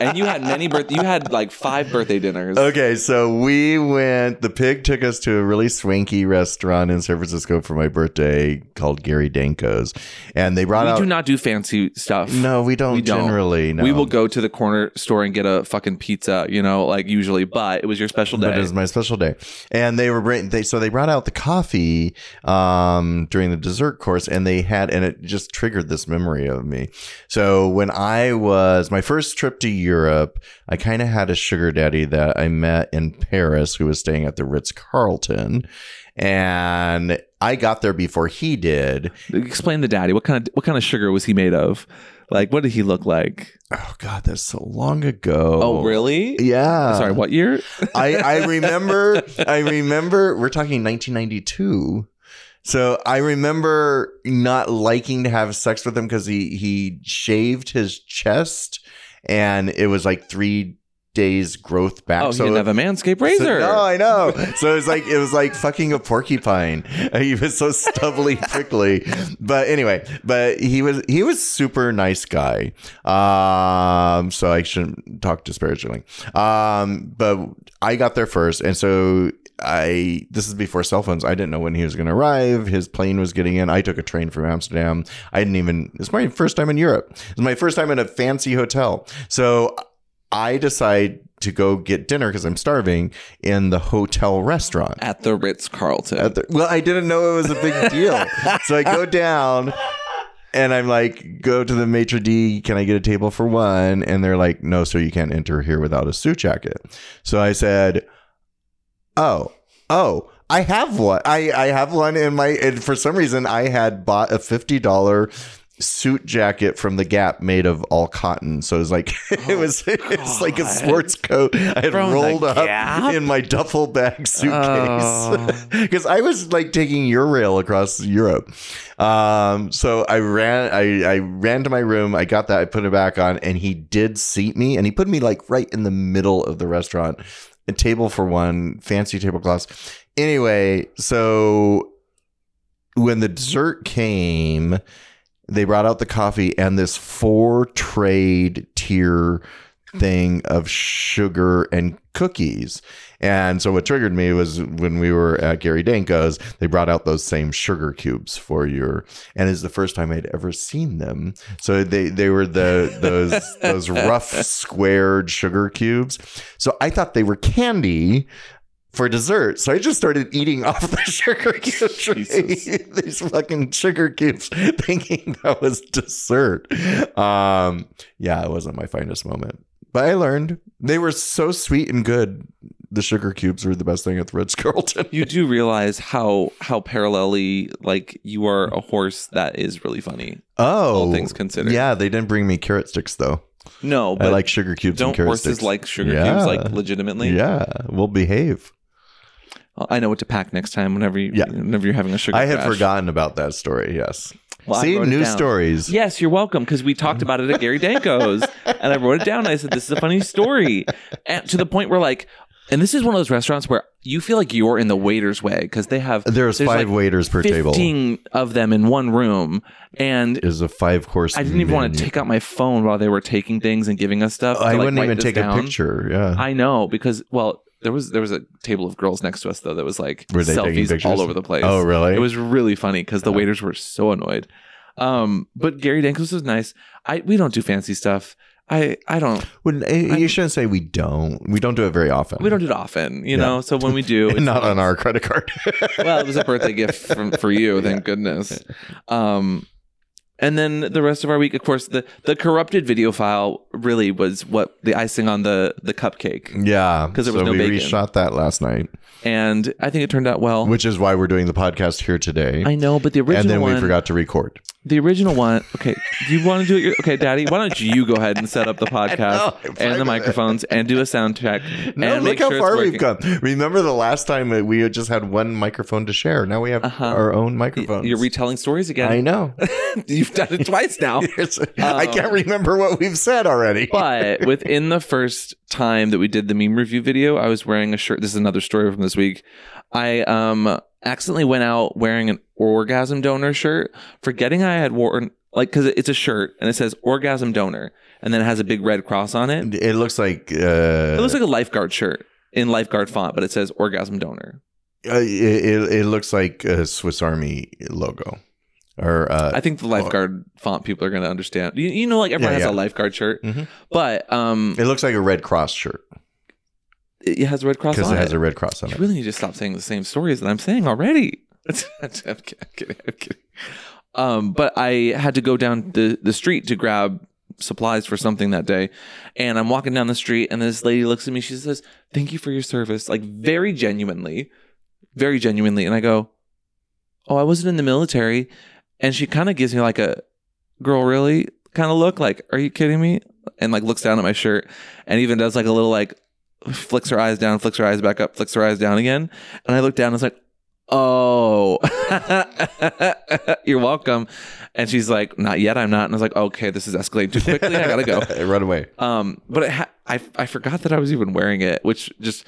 Speaker 3: and you had many birth. You had like five birthday dinners.
Speaker 2: Okay, so we went. The pig took us to a really swanky restaurant in San Francisco for my birthday called Gary Danko's, and they brought
Speaker 3: we
Speaker 2: out.
Speaker 3: do not do fancy stuff.
Speaker 2: no, we don't,
Speaker 3: We don't.
Speaker 2: generally. No.
Speaker 3: We will go to the corner store and get a fucking pizza, you know, like usually. But it was your special day.
Speaker 2: But it was my special day, and they were bring, they so they brought out the coffee um, during the dessert course, and they had and it just triggered this memory of me. So when I was my first trip to Europe, I kind of had a sugar daddy that I met in Paris who was staying at the Ritz Carlton, and I got there before he did.
Speaker 3: Explain the daddy. What kind of what kind of sugar was he made of? Like, what did he look like?
Speaker 2: Oh God, that's so long ago.
Speaker 3: Oh, really?
Speaker 2: Yeah.
Speaker 3: Sorry, what year?
Speaker 2: I, I remember I remember we're talking 1992. So I remember not liking to have sex with him because he he shaved his chest and it was like three days growth back.
Speaker 3: Oh, he
Speaker 2: so
Speaker 3: didn't have a manscape razor.
Speaker 2: So, no, I know. So it was like it was like fucking a porcupine. He was so stubbly, prickly. But anyway, but he was he was super nice guy. Um, so I shouldn't talk disparagingly. Um, but I got there first, and so I this is before cell phones. I didn't know when he was going to arrive. His plane was getting in. I took a train from Amsterdam. I didn't even. It's my first time in Europe. It's my first time in a fancy hotel. So I decide to go get dinner because I'm starving in the hotel restaurant.
Speaker 3: At the Ritz Carlton.
Speaker 2: At the- well, I didn't know it was a big deal. so I go down and I'm like, go to the maitre d, can I get a table for one? And they're like, no, sir, you can't enter here without a suit jacket. So I said, oh, oh. I have one. I, I have one in my, and for some reason, I had bought a $50 suit jacket from the Gap made of all cotton. So it was like, it was, it's like a
Speaker 3: Oh, God.
Speaker 2: sports coat. I had
Speaker 3: From the
Speaker 2: rolled up
Speaker 3: Gap?
Speaker 2: in my duffel bag
Speaker 3: Oh.
Speaker 2: suitcase because I was like taking your rail across Europe. Um, so I ran, I, I ran to my room. I got that. I put it back on, and he did seat me, and he put me like right in the middle of the restaurant, a table for one, fancy tablecloths. Anyway, so when the dessert came, they brought out the coffee and this four trade tier thing of sugar and cookies. And so what triggered me was when we were at Gary Danko's, they brought out those same sugar cubes for your and it's the first time I'd ever seen them. So they they were the those those rough squared sugar cubes. So I thought they were candy for dessert. So I just started eating off the sugar cube tray.
Speaker 3: Jesus.
Speaker 2: These fucking sugar cubes, thinking that was dessert. Um, yeah, it wasn't my finest moment, but I learned they were so sweet and good. The sugar cubes were the best thing at the Ritz Carlton.
Speaker 3: you do realize how how parallelly like you are a horse that is really funny.
Speaker 2: Oh,
Speaker 3: All things considered.
Speaker 2: yeah, they didn't bring me carrot sticks though.
Speaker 3: No, but
Speaker 2: I like sugar cubes and
Speaker 3: don't
Speaker 2: carrot
Speaker 3: horses
Speaker 2: sticks.
Speaker 3: like sugar
Speaker 2: Yeah.
Speaker 3: cubes like legitimately?
Speaker 2: yeah, we'll behave.
Speaker 3: I know what to pack next time whenever you
Speaker 2: Yeah.
Speaker 3: whenever you're having a sugar.
Speaker 2: I had
Speaker 3: crash.
Speaker 2: forgotten about that story. Yes,
Speaker 3: Well, I
Speaker 2: see
Speaker 3: wrote it
Speaker 2: new
Speaker 3: down.
Speaker 2: stories.
Speaker 3: Yes, you're welcome because we talked about it at Gary Danko's and I wrote it down. And I said this is a funny story, and to the point where like, and this is one of those restaurants where you feel like you're in the waiter's way because they have there's,
Speaker 2: There's, five
Speaker 3: like,
Speaker 2: waiters per table.
Speaker 3: fifteen of them in one room, and
Speaker 2: Is a five course.
Speaker 3: I didn't even want to
Speaker 2: menu.
Speaker 3: take out my phone while they were taking things and giving us stuff. to,
Speaker 2: I
Speaker 3: like,
Speaker 2: wouldn't
Speaker 3: write
Speaker 2: even
Speaker 3: this
Speaker 2: take
Speaker 3: down.
Speaker 2: a picture. Yeah.
Speaker 3: I know because well, there was there was a table of girls next to us though that was like
Speaker 2: Were they taking
Speaker 3: selfies
Speaker 2: pictures?
Speaker 3: all over the place.
Speaker 2: oh, really?
Speaker 3: It was really funny because the
Speaker 2: Yeah.
Speaker 3: waiters were so annoyed. Um, but Gary Dankos was nice. I we don't do fancy stuff. I I don't.
Speaker 2: Wouldn't- eh, you shouldn't say we don't. We don't do it very often.
Speaker 3: We don't do it often, you
Speaker 2: Yeah.
Speaker 3: know. So when we do, it's
Speaker 2: Not on
Speaker 3: nice.
Speaker 2: our credit card.
Speaker 3: well, it was a birthday gift from, for you, thank goodness. Um, and then the rest of our week, of course, the the corrupted video file really was what the icing on the the cupcake,
Speaker 2: yeah,
Speaker 3: 'Cause there was no
Speaker 2: so we
Speaker 3: bacon.
Speaker 2: reshot that last night,
Speaker 3: and I think it turned out well.
Speaker 2: which is why we're doing the podcast here today.
Speaker 3: I know, but the original
Speaker 2: and then
Speaker 3: one,
Speaker 2: we forgot to record.
Speaker 3: the original one. Okay, do you want to do it? your- Okay, Daddy, why don't you go ahead and set up the
Speaker 2: know,
Speaker 3: podcast
Speaker 2: I'm fine
Speaker 3: and the
Speaker 2: with it.
Speaker 3: microphones and do a sound check?
Speaker 2: No,
Speaker 3: and
Speaker 2: look
Speaker 3: make
Speaker 2: how
Speaker 3: sure it's
Speaker 2: far we've
Speaker 3: working.
Speaker 2: come. Remember the last time that we had just had one microphone to share. Now we have
Speaker 3: Uh-huh.
Speaker 2: our own microphones.
Speaker 3: You're retelling stories again.
Speaker 2: I know.
Speaker 3: You've We've done it twice now.
Speaker 2: It's- I
Speaker 3: Oh.
Speaker 2: can't remember what we've said already.
Speaker 3: But within the first time that we did the meme review video, I was wearing a shirt. This is another story from this week. I um accidentally went out wearing an orgasm donor shirt, forgetting I had worn like because it's a shirt and it says orgasm donor, and then it has a big red cross on it.
Speaker 2: it looks like uh,
Speaker 3: It looks like a lifeguard shirt in lifeguard font, but it says orgasm donor.
Speaker 2: uh, it, it, it looks like a Swiss Army logo, or uh,
Speaker 3: I think the lifeguard font people are going to understand. You, you know, like everyone
Speaker 2: Yeah,
Speaker 3: has
Speaker 2: yeah.
Speaker 3: a lifeguard shirt,
Speaker 2: Mhm.
Speaker 3: but um,
Speaker 2: it looks like a Red Cross shirt
Speaker 3: it it has a red cross
Speaker 2: because
Speaker 3: on
Speaker 2: it has
Speaker 3: it.
Speaker 2: a Red Cross on
Speaker 3: You
Speaker 2: it.
Speaker 3: really need to stop saying the same stories that I'm saying already. I'm kidding. I'm kidding. I'm kidding. Um, but I had to go down the, the street to grab supplies for something that day. And I'm walking down the street, and this lady looks at me. She says, Thank you for your service. Like, very genuinely, very genuinely. And I go, Oh, I wasn't in the military. And she kind of gives me like a girl, really kind of look, like, Are you kidding me? And like looks down at my shirt and even does like a little like flicks her eyes down, flicks her eyes back up, flicks her eyes down again. And I look down and it's like, oh, you're welcome. And she's like, not yet, I'm not. And I was like, okay, this is escalating too quickly. I gotta go.
Speaker 2: Run away.
Speaker 3: Um, but it ha- I I forgot that I was even wearing it, which just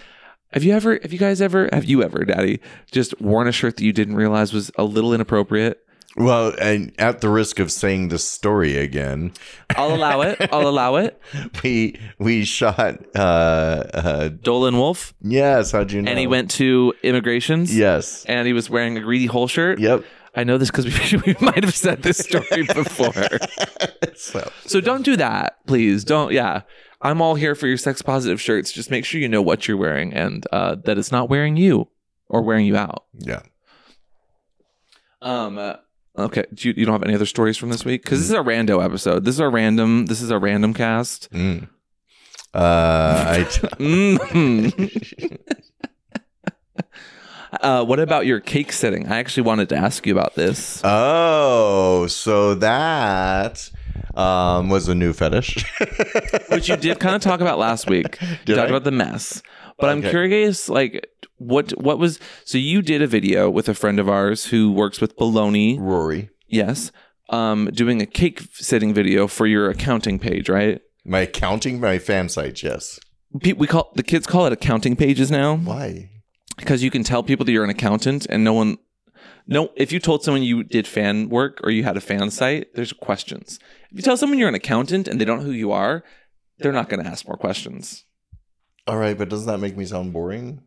Speaker 3: have you ever have you guys ever have you ever, Daddy, just worn a shirt that you didn't realize was a little inappropriate?
Speaker 2: Well, and at the risk of saying this story again,
Speaker 3: I'll allow it. I'll allow it.
Speaker 2: we we shot. Uh, uh,
Speaker 3: Dolan Wolf,
Speaker 2: yes, how'd you know?
Speaker 3: and he went to immigrations.
Speaker 2: Yes.
Speaker 3: And he was wearing a greedy hole shirt.
Speaker 2: Yep.
Speaker 3: I know this because we, we might have said this story before.
Speaker 2: So
Speaker 3: so don't do that, please. Don't. Yeah, I'm all here for your sex positive shirts. Just make sure you know what you're wearing and uh, that it's not wearing you or wearing you out.
Speaker 2: yeah.
Speaker 3: Um. uh, okay. Do you, you don't have any other stories from this week? Because this is a rando episode. This is a random. This is a random cast.
Speaker 2: Mm. Uh, I t-
Speaker 3: Mhm. uh, what about your cake sitting? I actually wanted to ask you about this.
Speaker 2: oh, so that um, was a new fetish.
Speaker 3: which you did kind of talk about last week. You
Speaker 2: Did
Speaker 3: talked
Speaker 2: I?
Speaker 3: about the mess, but I'm
Speaker 2: Okay.
Speaker 3: curious, like what what was so you did a video with a friend of ours who works with Baloney,
Speaker 2: Rory,
Speaker 3: yes, um, doing a cake sitting video for your accounting page, right?
Speaker 2: my accounting, my fan site. Yes.
Speaker 3: Pe- We call the kids call it accounting pages now
Speaker 2: Why?
Speaker 3: because you can tell people that you're an accountant, and no one. No, if you told someone you did fan work or you had a fan site, there's questions. If you tell someone you're an accountant and they don't know who you are, they're not going to ask more questions.
Speaker 2: All right, but doesn't that make me sound boring?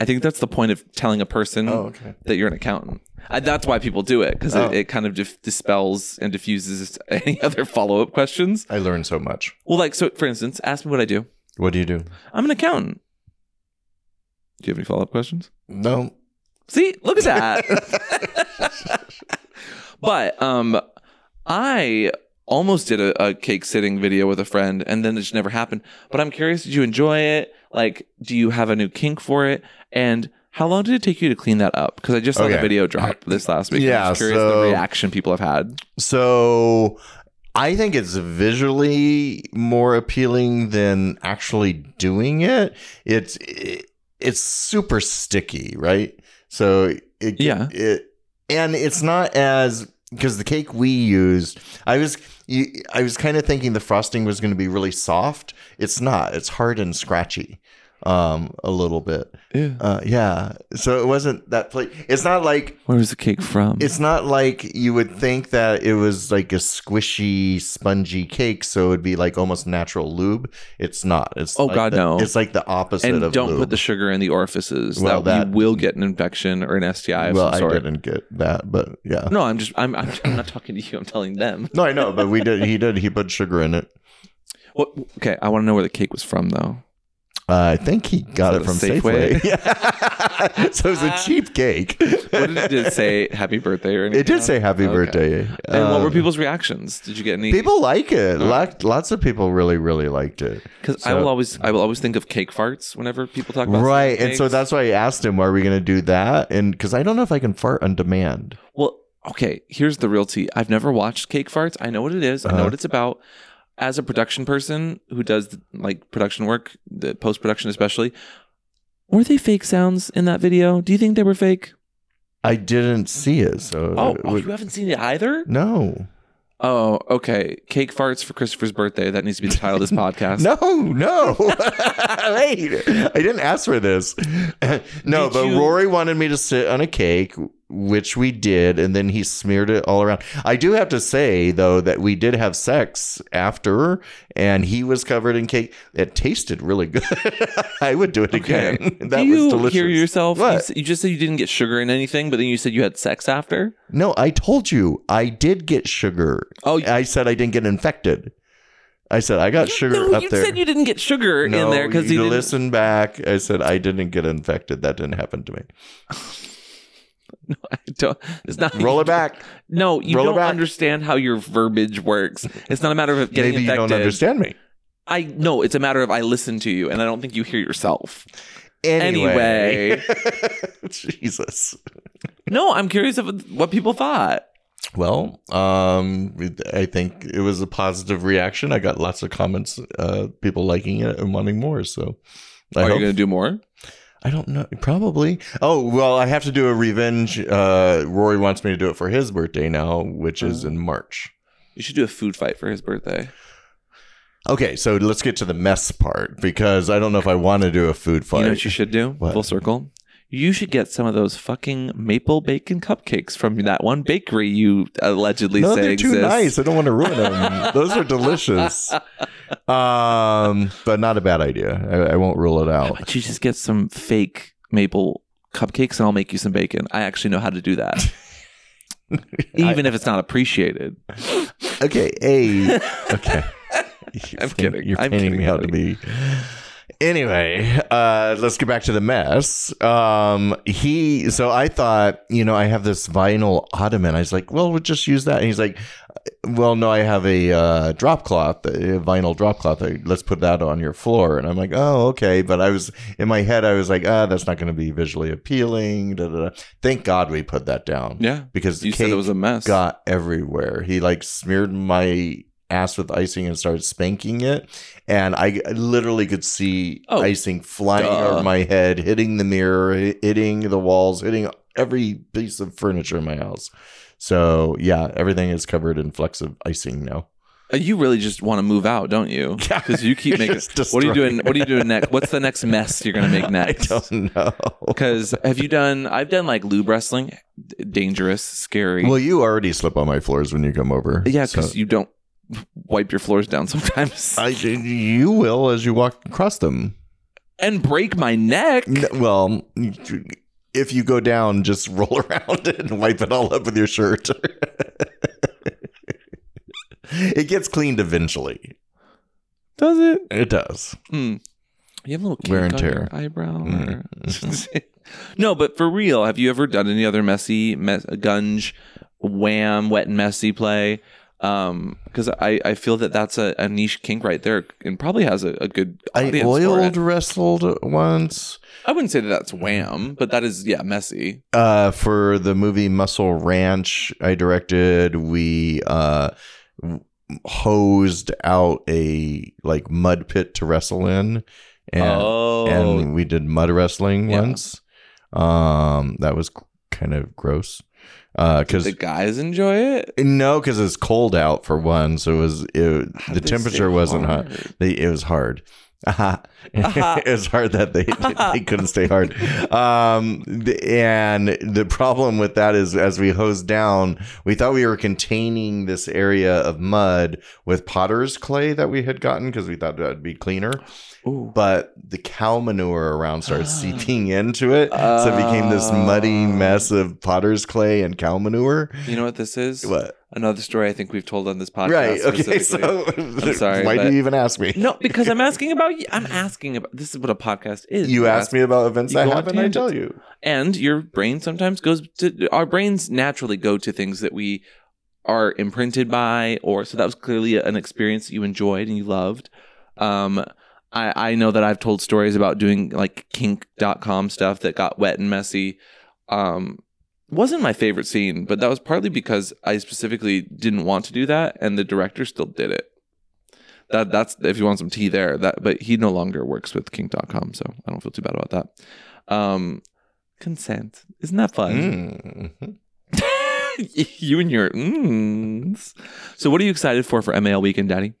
Speaker 3: I think that's the point of telling a person
Speaker 2: Oh, okay.
Speaker 3: that you're an accountant. I, that's why people do it because
Speaker 2: Oh.
Speaker 3: it, it kind of dif- dispels and diffuses any other follow up questions.
Speaker 2: I learned so much.
Speaker 3: Well, like, so for instance, ask me what I do.
Speaker 2: What do you do?
Speaker 3: I'm an accountant. Do you have any follow up questions?
Speaker 2: No.
Speaker 3: See, look at that. but um, I almost did a, a cake sitting video with a friend, and then it just never happened. But I'm curious, did you enjoy it? Like, do you have a new kink for it? And how long did it take you to clean that up? Because I just saw the
Speaker 2: Okay.
Speaker 3: video drop this last week.
Speaker 2: Yeah,
Speaker 3: I'm just curious the
Speaker 2: so-
Speaker 3: reaction people have had.
Speaker 2: So I think it's visually more appealing than actually doing it. It's it, it's super sticky, right? So it
Speaker 3: Yeah.
Speaker 2: it and it's not as because the cake we used, I was you- I was kind of thinking the frosting was going to be really soft. It's not. It's hard and scratchy, um, a little bit.
Speaker 3: Yeah.
Speaker 2: Uh, yeah. So it wasn't that. Pla- it's not like
Speaker 3: Where was the cake from?
Speaker 2: it's not like you would think that it was like a squishy, spongy cake, so it would be like almost natural lube. It's not. It's
Speaker 3: Oh,
Speaker 2: like
Speaker 3: God,
Speaker 2: the-
Speaker 3: no.
Speaker 2: It's like the opposite
Speaker 3: and
Speaker 2: of
Speaker 3: don't
Speaker 2: lube.
Speaker 3: put the sugar in the orifices.
Speaker 2: Well,
Speaker 3: that,
Speaker 2: that-
Speaker 3: you will get an infection or an STI of
Speaker 2: well,
Speaker 3: some
Speaker 2: I
Speaker 3: sort.
Speaker 2: didn't get that, but yeah.
Speaker 3: No, I'm just I'm, I'm I'm not talking to you. I'm telling them.
Speaker 2: No, I know, but we did. He did. He put sugar in it.
Speaker 3: What, okay, I want to know where the cake was from, though.
Speaker 2: Uh, I think he got
Speaker 3: Is that
Speaker 2: it from
Speaker 3: a Safeway?
Speaker 2: Safeway. Yeah. so it was a cheap cake.
Speaker 3: What did it, did it say? Happy birthday or anything?
Speaker 2: It did say happy
Speaker 3: Okay.
Speaker 2: birthday.
Speaker 3: And what were
Speaker 2: Um,
Speaker 3: people's reactions? Did you get any?
Speaker 2: People like it.
Speaker 3: All right.
Speaker 2: Lot, lots of people really, really liked it.
Speaker 3: Because I
Speaker 2: so-
Speaker 3: will always I will always think of cake farts whenever people talk about
Speaker 2: right and so
Speaker 3: cakes.
Speaker 2: that's why i asked him are we going to do that and because i don't know if i can fart on demand
Speaker 3: well. Okay, here's the real tea. I've never watched cake farts. I know what it is. I know
Speaker 2: Uh-huh.
Speaker 3: what it's about. As a production person who does like production work, the post production especially, were they fake sounds in that video? Do you think they were fake?
Speaker 2: i didn't see it so
Speaker 3: Oh,
Speaker 2: it
Speaker 3: oh
Speaker 2: would-
Speaker 3: you haven't seen it either.
Speaker 2: no
Speaker 3: Oh, okay. Cake farts for Christopher's birthday. That needs to be the title of this podcast.
Speaker 2: No, no. Wait, I didn't ask for this. no,
Speaker 3: Did
Speaker 2: but
Speaker 3: you-
Speaker 2: Rory wanted me to sit on a cake, which we did, and then he smeared it all around. I do have to say, though, that we did have sex after, and he was covered in cake. It tasted really good. I would do it
Speaker 3: Okay.
Speaker 2: again. That
Speaker 3: Do you
Speaker 2: was delicious.
Speaker 3: hear yourself? You
Speaker 2: What?
Speaker 3: s- You just said you didn't get sugar in anything, but then you said you had sex after.
Speaker 2: No, I told you I did get sugar.
Speaker 3: Oh,
Speaker 2: I said I didn't get infected. I said I got sugar
Speaker 3: no,
Speaker 2: up
Speaker 3: you
Speaker 2: there.
Speaker 3: said you didn't get sugar
Speaker 2: no,
Speaker 3: in there because you
Speaker 2: you
Speaker 3: didn't.
Speaker 2: listen back. I said I didn't get infected. That didn't happen to me.
Speaker 3: I don't, it's not
Speaker 2: Roll it back.
Speaker 3: No, you
Speaker 2: Roll it
Speaker 3: don't
Speaker 2: back.
Speaker 3: understand how your verbiage works. It's not a matter of getting
Speaker 2: Maybe you
Speaker 3: infected.
Speaker 2: don't understand me.
Speaker 3: I no, it's a matter of I listen to you, and I don't think you hear yourself.
Speaker 2: Anyway, Jesus.
Speaker 3: No, I'm curious of what people thought.
Speaker 2: Well, um, I think it was a positive reaction. I got lots of comments, uh, people liking it and wanting more. So, I
Speaker 3: Are
Speaker 2: hope
Speaker 3: you going to do more?
Speaker 2: I don't know. Probably. Oh well, I have to do a revenge. Uh, Rory wants me to do it for his birthday now, which is in March.
Speaker 3: You should do a food fight for his birthday.
Speaker 2: Okay, so let's get to the mess part because I don't know if I want to do a food fight.
Speaker 3: You know what you should do?
Speaker 2: What?
Speaker 3: Full circle. You should get some of those fucking maple bacon cupcakes from that one bakery you allegedly
Speaker 2: no,
Speaker 3: say
Speaker 2: they're
Speaker 3: exists.
Speaker 2: too nice. I don't want to ruin them. Those are delicious. Um, but not a bad idea. I, I won't rule it
Speaker 3: Why
Speaker 2: out.
Speaker 3: don't you just get some fake maple cupcakes and I'll make you some bacon? I actually know how to do that. Even if it's not appreciated.
Speaker 2: Okay, a okay.
Speaker 3: I'm
Speaker 2: You're-
Speaker 3: kidding.
Speaker 2: You're
Speaker 3: I'm
Speaker 2: painting
Speaker 3: kidding,
Speaker 2: me out to be. Anyway, uh, let's get back to the mess. Um, he, so I thought, you know, I have this vinyl ottoman. I was like, well, we'll just use that. And he's like, well, no, I have a uh, drop cloth, a vinyl drop cloth. I- Let's put that on your floor. And I'm like, oh, okay. But I was in my head, I was like, ah, that's not going to be visually appealing. Da, da, da. Thank God we put that down
Speaker 3: Yeah.
Speaker 2: because
Speaker 3: You
Speaker 2: the
Speaker 3: said it
Speaker 2: cake
Speaker 3: was a mess.
Speaker 2: got everywhere. He like smeared my ass with icing and started spanking it. And I literally could see
Speaker 3: Oh,
Speaker 2: icing flying
Speaker 3: duh.
Speaker 2: over my head, hitting the mirror, hi- hitting the walls, hitting every piece of furniture in my house. So yeah, everything is covered in flecks of icing now.
Speaker 3: Uh, You really just want to move out, don't you?
Speaker 2: Yeah.
Speaker 3: Because you keep making.
Speaker 2: Just
Speaker 3: What are you
Speaker 2: destroying
Speaker 3: doing? What are you doing next? What's the next mess you're gonna make next?
Speaker 2: I don't know.
Speaker 3: Because have you done? I've done like lube wrestling, D- dangerous, scary.
Speaker 2: Well, you already slip on my floors when you come over.
Speaker 3: yeah,
Speaker 2: so-
Speaker 3: because you don't wipe your floors down sometimes
Speaker 2: I, you will as you walk across them.
Speaker 3: and break my neck.
Speaker 2: N- Well, if you go down, just roll around and wipe it all up with your shirt. it gets cleaned eventually.
Speaker 3: Does it?
Speaker 2: It does.
Speaker 3: Mm. You have a little kink
Speaker 2: Wear
Speaker 3: on
Speaker 2: and
Speaker 3: your
Speaker 2: tear.
Speaker 3: eyebrow.
Speaker 2: Mm.
Speaker 3: or- Hmm. no, but for real, have you ever done any other messy mess, gunge, wham, wet and messy play? Um, because I I feel that that's a, a niche kink right there, and probably has a, a good.
Speaker 2: I
Speaker 3: audience for
Speaker 2: oiled
Speaker 3: it.
Speaker 2: wrestled once
Speaker 3: I wouldn't say that that's wham, but that is yeah messy.
Speaker 2: uh, for the movie Muscle Ranch. I directed. We uh, w- hosed out a like mud pit to wrestle in, and
Speaker 3: oh,
Speaker 2: and we did mud wrestling
Speaker 3: Yeah.
Speaker 2: once. Um, that was c- kind of gross. Uh, because
Speaker 3: the guys enjoy it.
Speaker 2: no, because it's cold out for one, so it was it,
Speaker 3: How
Speaker 2: the
Speaker 3: do they stay
Speaker 2: temperature wasn't hot.
Speaker 3: hard? Uh-huh.
Speaker 2: They, it was hard. Aha.
Speaker 3: Aha.
Speaker 2: it was hard that they, they, they couldn't stay hard. Um, the- and the problem with that is, as we hosed down, we thought we were containing this area of mud with potter's clay that we had gotten because we thought that would be cleaner
Speaker 3: Ooh.
Speaker 2: but the cow manure around started seeping into it. so it became this muddy
Speaker 3: Ah.
Speaker 2: mess of potter's clay and cow manure.
Speaker 3: You know what this is?
Speaker 2: What?
Speaker 3: Another story I think we've told on this podcast.
Speaker 2: right. Okay.
Speaker 3: specifically.
Speaker 2: So
Speaker 3: I'm sorry,
Speaker 2: why
Speaker 3: but-
Speaker 2: do you even ask me?
Speaker 3: No, because I'm asking about you. I'm asking about this is what a podcast is.
Speaker 2: You asked me about events
Speaker 3: You
Speaker 2: that
Speaker 3: go on
Speaker 2: happened, I
Speaker 3: tangents.
Speaker 2: tell you.
Speaker 3: and your brain sometimes goes to our brains naturally go to things that we are imprinted by, or so that was clearly an experience that you enjoyed and you loved. Um, I, I know that I've told stories about doing like kink.com stuff that got wet and messy. Um, wasn't my favorite scene, but that was partly because I specifically didn't want to do that, and the director still did it. That that's if you want some tea there. That but he no longer works with kink.com, so I don't feel too bad
Speaker 2: Hmm.
Speaker 3: about that. Um, consent isn't that fun?
Speaker 2: Mm.
Speaker 3: you and your mms. So, what are you excited for for MAL weekend, Daddy?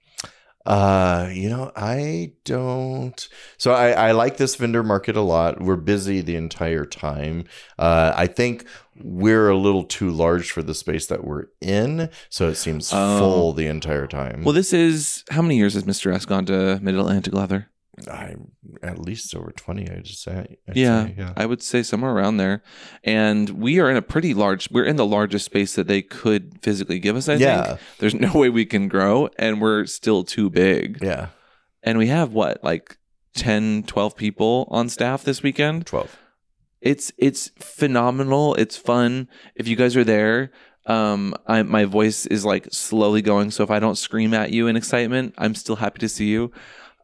Speaker 2: Uh, you know, I don't. So I, I like this vendor market a lot. We're busy the entire time. Uh, I think we're a little too large for the space that we're in, so it seems
Speaker 3: Oh.
Speaker 2: full the entire time.
Speaker 3: Well, this is how many years has Mr. S gone to Mid Atlantic Leather?
Speaker 2: I'm at least over twenty. I just say, I'd
Speaker 3: Yeah.
Speaker 2: say, yeah.
Speaker 3: I would say somewhere around there. And we are in a pretty large, we're in the largest space that they could physically give us, I
Speaker 2: yeah,
Speaker 3: think. There's no way we can grow, and we're still too big.
Speaker 2: yeah,
Speaker 3: And we have what, like 10, 12 people on staff this weekend?
Speaker 2: twelve.
Speaker 3: It's it's phenomenal. It's fun. If you guys are there, um, I, my voice is like slowly going. So if I don't scream at you in excitement, I'm still happy to see you.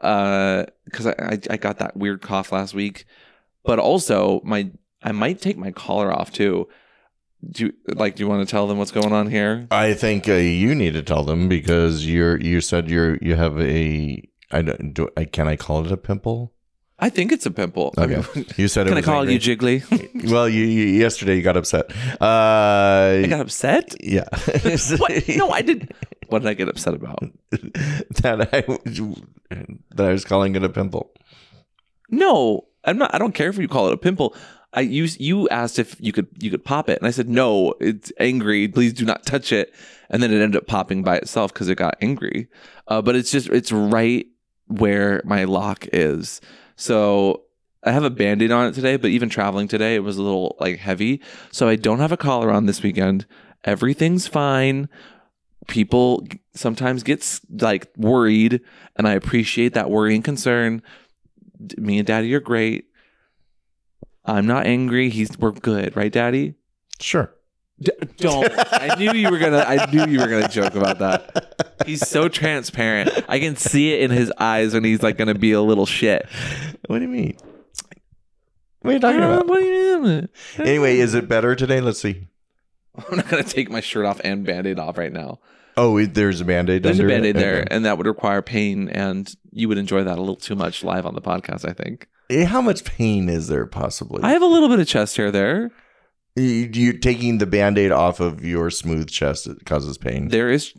Speaker 3: Because I, I I got that weird cough last week, but also my I might take my collar off too. Do you, like do you want to tell them what's going on here?
Speaker 2: I think uh, you need to tell them because you're you said you're you have a I don't do I can I call it a pimple?
Speaker 3: I think it's a pimple.
Speaker 2: Okay, you said
Speaker 3: Oh,
Speaker 2: it
Speaker 3: Can I
Speaker 2: was
Speaker 3: call
Speaker 2: angry.
Speaker 3: you Jiggly?
Speaker 2: well, you, you yesterday you got upset. Uh,
Speaker 3: I got upset.
Speaker 2: yeah.
Speaker 3: what? No, I didn't. What did I get upset about?
Speaker 2: that I that I was calling it a pimple.
Speaker 3: No, I'm not. I don't care if you call it a pimple. I you you asked if you could you could pop it, and I said no. It's angry. Please do not touch it. And then it ended up popping by itself because it got angry. Uh, but it's just it's right where my lock is. So I have a band-aid on it today. But even traveling today, it was a little like heavy. So I don't have a collar on this weekend. Everything's fine. People g- sometimes get s- like worried, and I appreciate that worry and concern d- me and daddy are great. I'm not angry. He's we're good, right, daddy?
Speaker 2: Sure.
Speaker 3: D- don't. I knew you were gonna. I knew you were gonna joke about that. He's so transparent. I can see it in his eyes when he's like gonna be a little shit.
Speaker 2: What do you mean? What are you talking
Speaker 3: Uh,
Speaker 2: about?
Speaker 3: what do you mean?
Speaker 2: Anyway, is it better today? Let's see.
Speaker 3: I'm not gonna take my shirt off and band-aid off right now.
Speaker 2: Oh, it- there's a band aid.
Speaker 3: There's a band-aid there, and that would require pain, and you would enjoy that a little too much live on the podcast, I think.
Speaker 2: Eh, How much pain is there possibly?
Speaker 3: I have a little bit of chest hair there.
Speaker 2: You- you taking the band aid off of your smooth chest it causes pain.
Speaker 3: There is.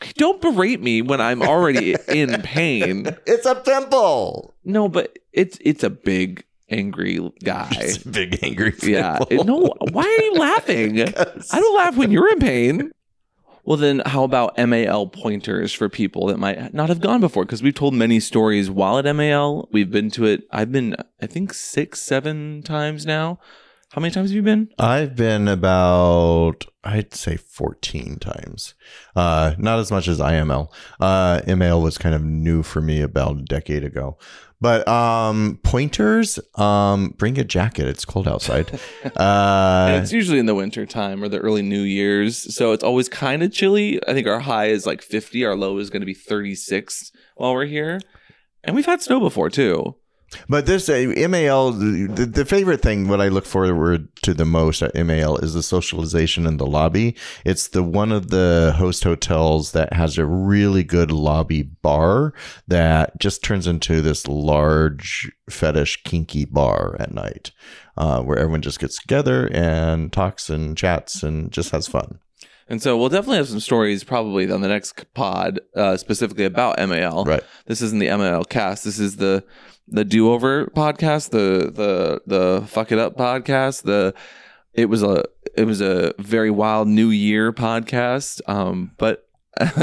Speaker 3: Okay, Don't berate me when I'm already in pain.
Speaker 2: It's a pimple.
Speaker 3: No, but it's it's a big angry guy.
Speaker 2: It's a big angry.
Speaker 3: yeah.
Speaker 2: pimple.
Speaker 3: no, why are you laughing? I don't laugh when you're in pain. Well, then, how about MAL pointers for people that might not have gone before? Because we've told many stories while at MAL. We've been to it. I've been, I think, six, seven times now. How many times have you been?
Speaker 2: I've been about, I'd say 14 times. Uh, not as much as IML. Uh, ML was kind of new for me about a decade ago. But um, pointers, um, bring a jacket. It's cold outside.
Speaker 3: And
Speaker 2: Uh,
Speaker 3: it's usually in the winter time or the early New Year's, so it's always kind of chilly. I think our high is like 50, our low is going to be 36 while we're here, and we've had snow before too.
Speaker 2: but this uh, MAL, the, the favorite thing, what I look forward to the most at MAL is the socialization in the lobby. It's the one of the host hotels that has a really good lobby bar that just turns into this large fetish kinky bar at night, uh, where everyone just gets together and talks and chats and just has fun.
Speaker 3: And so we'll definitely have some stories probably on the next pod uh, specifically about MAL.
Speaker 2: Right.
Speaker 3: This isn't the MAL cast. This is the the do over podcast, the the the fuck it up podcast. The it was a it was a very wild New Year podcast. Um, but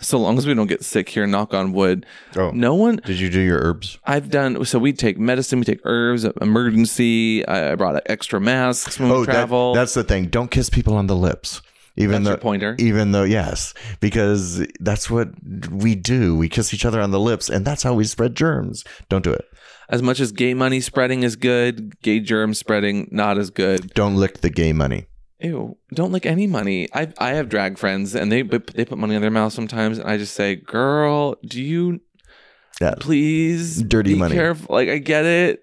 Speaker 3: so long as we don't get sick here, knock on wood.
Speaker 2: Oh,
Speaker 3: No one
Speaker 2: did you do your herbs?
Speaker 3: I've done so we take medicine, we take herbs, emergency. I I brought extra masks when
Speaker 2: Oh,
Speaker 3: we
Speaker 2: that-
Speaker 3: travel.
Speaker 2: that's the thing. Don't kiss people on the lips. Even
Speaker 3: That's
Speaker 2: though
Speaker 3: your pointer.
Speaker 2: even though yes because that's what we do we kiss each other on the lips and that's how we spread germs don't do it
Speaker 3: as much as gay money spreading is good, gay germ spreading not as good.
Speaker 2: don't lick the gay money
Speaker 3: Ew! Don't lick any money. I I have drag friends, and they but they put money in their mouth sometimes, and I just say, "Girl, do you
Speaker 2: yeah
Speaker 3: please
Speaker 2: Dirty
Speaker 3: be
Speaker 2: money.
Speaker 3: Careful. Like I get it.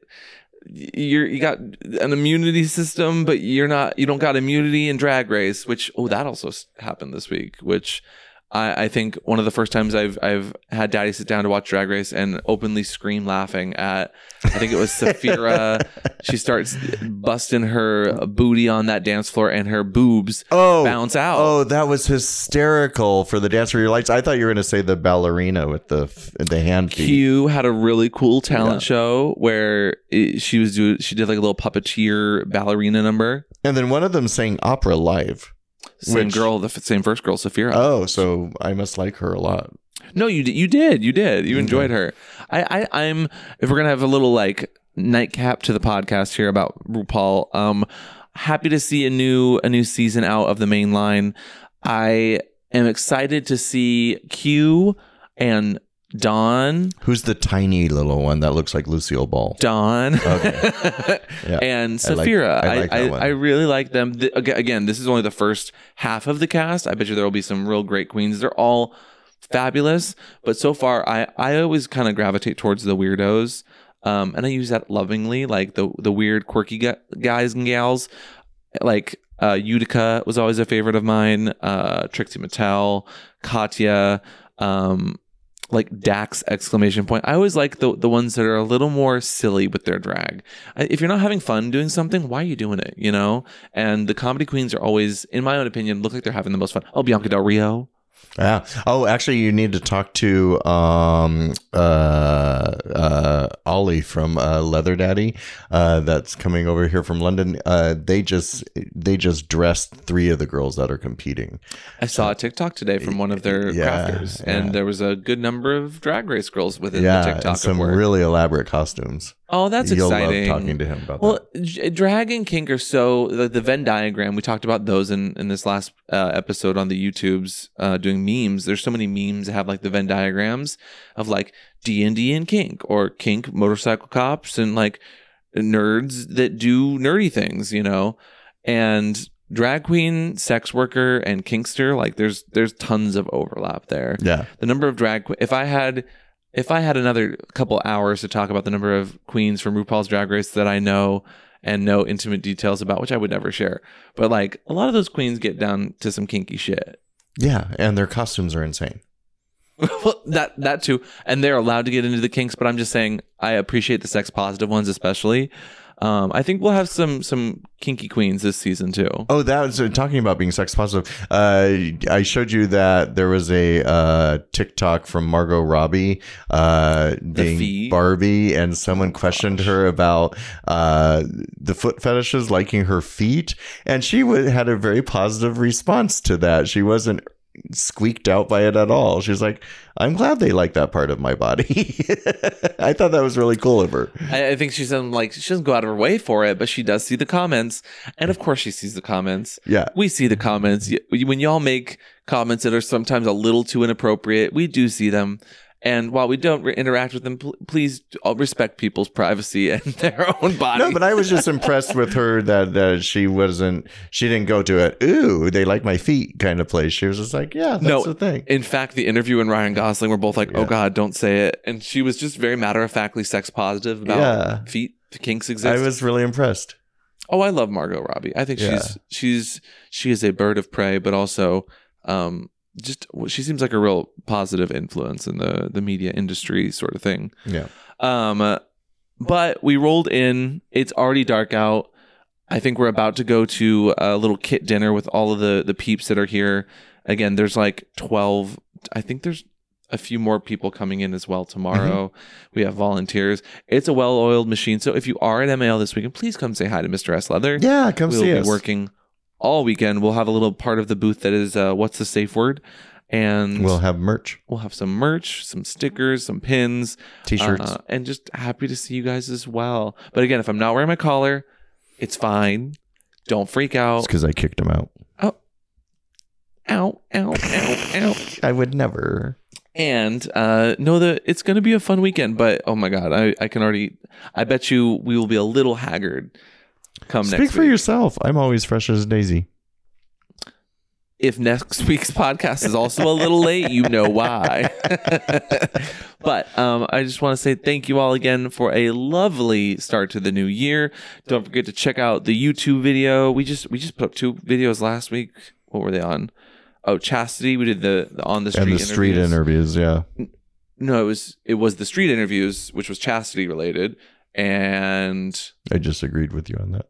Speaker 3: You're you got an immunity system, but you're not. You don't got immunity in Drag Race, which oh that also s- happened this week, which I, I think one of the first times I've I've had Daddy sit down to watch Drag Race and openly scream laughing at I think it was Safira. she starts busting her booty on that dance floor and her boobs
Speaker 2: Oh,
Speaker 3: bounce out.
Speaker 2: oh, that was hysterical for the dance for your lights. I thought you were going to say the ballerina with the f- the hand feet.
Speaker 3: Q had a really cool talent
Speaker 2: Yeah.
Speaker 3: show where it, she was do she did like a little puppeteer ballerina number.
Speaker 2: And then one of them sang opera live.
Speaker 3: Same
Speaker 2: Which-
Speaker 3: girl, the f- same first girl, Safira.
Speaker 2: Oh, so I must like her a lot.
Speaker 3: No, you did. You did. You did. You
Speaker 2: Okay.
Speaker 3: enjoyed her. I, I, I'm. If we're gonna have a little like nightcap to the podcast here about RuPaul, um, happy to see a new a new season out of the main line. I am excited to see Q and Don.
Speaker 2: Who's the tiny little one that looks like Lucille Ball?
Speaker 3: Don.
Speaker 2: Yeah.
Speaker 3: and
Speaker 2: I like-
Speaker 3: Safira.
Speaker 2: I
Speaker 3: I,
Speaker 2: like that
Speaker 3: I, I,
Speaker 2: one.
Speaker 3: really like them. Th- aga- again, this is only the first half of the cast. I bet you there will be some real great queens. They're all fabulous, but so far, I, I always kind of gravitate towards the weirdos. Um, and I use that lovingly, like the the weird, quirky gu- guys and gals. Like uh, Utica was always a favorite of mine. Uh, Trixie Mattel, Katya, um, like Dax exclamation point. I always like the the ones that are a little more silly with their drag. I- If you're not having fun doing something, why are you doing it? You know. And the comedy queens are always, in my own opinion, look like they're having the most fun. Oh, Bianca Del Rio.
Speaker 2: Yeah. Oh, actually, you need to talk to um, uh, uh, Ollie from uh, Leather Daddy. Uh, that's coming over here from London. Uh, they just they just dressed three of the girls that are competing.
Speaker 3: I saw a TikTok today from one of their
Speaker 2: Yeah,
Speaker 3: crafters,
Speaker 2: yeah.
Speaker 3: and there was a good number of Drag Race girls within
Speaker 2: yeah,
Speaker 3: the
Speaker 2: and
Speaker 3: TikTok.
Speaker 2: some
Speaker 3: award.
Speaker 2: really elaborate costumes.
Speaker 3: oh, that's
Speaker 2: You'll
Speaker 3: exciting.
Speaker 2: love talking to him about
Speaker 3: Well, j- drag and kink are so the, the Venn diagram. We talked about those in, in this last uh, episode on the YouTubes uh, doing memes. There's so many memes that have like the Venn diagrams of like D and D and kink or kink motorcycle cops and like nerds that do nerdy things, you know, and drag queen, sex worker, and kinkster. Like there's there's tons of overlap there
Speaker 2: that. Yeah.
Speaker 3: the number of drag que- if i had if i had another couple hours to talk about the number of queens from rupaul's drag race that i know and know intimate details about which i would never share but like a lot of those queens get down to some kinky shit
Speaker 2: Yeah, and their costumes are insane.
Speaker 3: well that that too and they're allowed to get into the kinks but i'm just saying i appreciate the sex positive ones especially um, i think we'll have some some kinky queens this season too
Speaker 2: Oh, that was uh, talking about being sex positive. Uh, I showed you that there was a uh, TikTok from Margot Robbie uh, being
Speaker 3: fee.
Speaker 2: Barbie, and someone questioned her about uh, the foot fetishes, liking her feet, and she wa had a very positive response to that. She wasn't squeaked out by it at all. She's like, "I'm glad they like that part of my body." I thought that was really cool of her.
Speaker 3: I, I think she's in, like she doesn't go out of her way for it but she does see the comments and of course she sees the comments
Speaker 2: Yeah.
Speaker 3: we see the
Speaker 2: Mm-hmm.
Speaker 3: comments Y- when y'all make comments that are sometimes a little too inappropriate we do see them and while we don't re- interact with them pl- please all respect people's privacy and their own body
Speaker 2: No, but I was just impressed with her that that she wasn't. She didn't go to it. Ooh, they like my feet kind of place. She was just like, yeah, that's
Speaker 3: No.
Speaker 2: the thing.
Speaker 3: in fact the interview and ryan gosling were both like oh
Speaker 2: Yeah.
Speaker 3: god don't say it and she was just very matter-of-factly sex positive about
Speaker 2: Yeah.
Speaker 3: feet kinks exist
Speaker 2: I was really impressed.
Speaker 3: Oh, I love Margot Robbie. I think she's she's she is a bird of prey, but also um just she seems like a real positive influence in the the media industry sort of thing.
Speaker 2: Yeah.
Speaker 3: Um uh, but we rolled in. It's already dark out. I think we're about to go to a little kit dinner with all of the the peeps that are here. Again, there's like 12 I think there's a few more people coming in as well tomorrow.
Speaker 2: Mm-hmm.
Speaker 3: We have volunteers. It's a well-oiled machine. So if you are at MAL this weekend, please come say hi to Mr. S. Leather.
Speaker 2: Yeah, come
Speaker 3: we'll
Speaker 2: see
Speaker 3: be
Speaker 2: us.
Speaker 3: working all weekend. We'll have a little part of the booth that is uh, what's the safe word, and
Speaker 2: We'll have merch,
Speaker 3: we'll have some merch, some stickers, some pins,
Speaker 2: t-shirts.
Speaker 3: uh, and just happy to see you guys as well. But again, if I'm not wearing my collar, it's fine. Don't freak out.
Speaker 2: it's because I kicked him out.
Speaker 3: Ow, ow, ow, ow.
Speaker 2: I would never.
Speaker 3: And uh, know that it's going to be a fun weekend. But oh my God, I, I can already, I bet you we will be a little haggard come
Speaker 2: Speak
Speaker 3: next
Speaker 2: for
Speaker 3: week.
Speaker 2: yourself. I'm always fresh as a daisy.
Speaker 3: if next week's podcast is also a little late, you know why. but um, I just want to say thank you all again for a lovely start to the new year. Don't forget to check out the YouTube video. We just we just put up two videos last week. What were they on? oh chastity. We did the, the on the street
Speaker 2: and the street
Speaker 3: interviews.
Speaker 2: interviews. Yeah.
Speaker 3: No, it was it was the street interviews, which was chastity related, and
Speaker 2: I just agreed with you on that.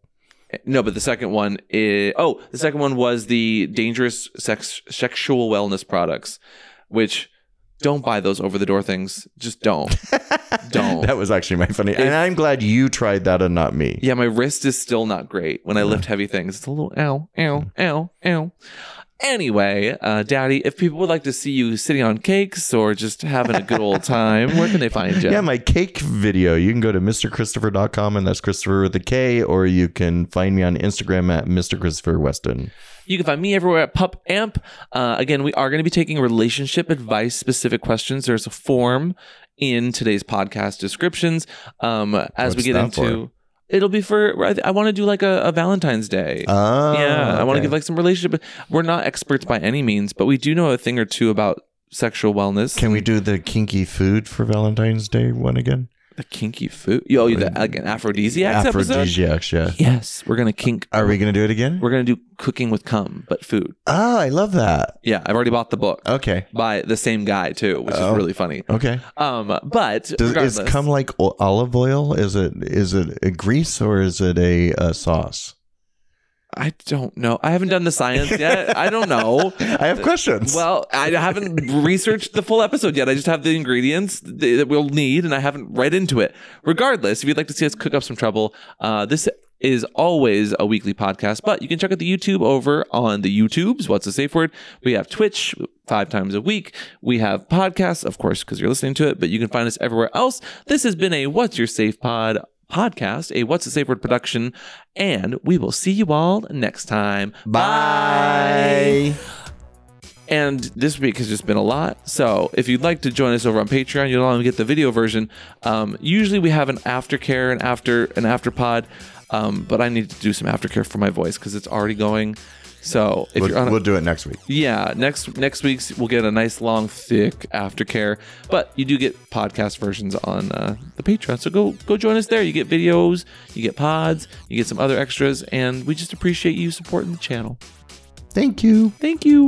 Speaker 3: no, but the second one is oh, the second one was the dangerous sex sexual wellness products, which don't buy those over the door things. Just don't. Don't.
Speaker 2: That was actually my funny. And I'm glad you tried that and not me.
Speaker 3: Yeah, my wrist is still not great when I
Speaker 2: Uh-huh.
Speaker 3: lift heavy things. It's a little ow, ow, ow, ow. Anyway, uh, Daddy, if people would like to see you sitting on cakes or just having a good old time, where can they find you?
Speaker 2: Yeah, my cake video. You can go to mrchristopher.com and that's Christopher with a K, or you can find me on Instagram at Mr. Christopher Weston.
Speaker 3: You can find me everywhere at Pup Amp. Uh, again, we are going to be taking relationship advice specific questions. There's a form in today's podcast descriptions. Um, as
Speaker 2: What's
Speaker 3: we get
Speaker 2: that
Speaker 3: into, it'll be for. I, I want to do like a, a Valentine's Day.
Speaker 2: Oh,
Speaker 3: yeah, I want to
Speaker 2: okay.
Speaker 3: give like some relationship. We're not experts by any means, but we do know a thing or two about sexual wellness.
Speaker 2: Can we do the kinky food for Valentine's Day one again?
Speaker 3: the kinky food? Yo, the, like an aphrodisiacs episode.
Speaker 2: Aphrodisiacs, yeah.
Speaker 3: Yes, we're gonna kink.
Speaker 2: Are we going to do it again?
Speaker 3: We're gonna do cooking with cum, but food.
Speaker 2: Oh, I love that.
Speaker 3: Yeah, I've already bought the book
Speaker 2: Okay.
Speaker 3: by the same guy too, which
Speaker 2: Oh.
Speaker 3: is really funny.
Speaker 2: Okay.
Speaker 3: Um, but
Speaker 2: Does, is
Speaker 3: regardless,
Speaker 2: cum like o- olive oil? Is it is it a grease or is it a, uh sauce?
Speaker 3: I don't know. I haven't done the science yet. I don't know.
Speaker 2: I have questions.
Speaker 3: Well, I haven't researched the full episode yet. I just have the ingredients th- that we'll need, and I haven't read into it. Regardless, if you'd like to see us cook up some trouble, uh, this is always a weekly podcast, but you can check out the YouTube over on the YouTubes. What's the safe word? We have Twitch five times a week. We have podcasts, of course, because you're listening to it, but you can find us everywhere else. This has been a What's Your Safe Pod podcast, a What's the Safe Word production, and we will see you all next time.
Speaker 2: Bye.
Speaker 3: And this week has just been a lot. So if you'd like to join us over on Patreon, you'll only get the video version. Um, usually we have an aftercare and after an afterpod, um, but I need to do some aftercare for my voice because it's already going. So if you're on,
Speaker 2: We'll,
Speaker 3: a-
Speaker 2: we'll do it next week.
Speaker 3: yeah, next next week's we'll get a nice long thick aftercare, but you do get podcast versions on uh, the Patreon. So go go join us there. You get videos, you get pods, you get some other extras, and we just appreciate you supporting the channel.
Speaker 2: Thank you.
Speaker 3: Thank you.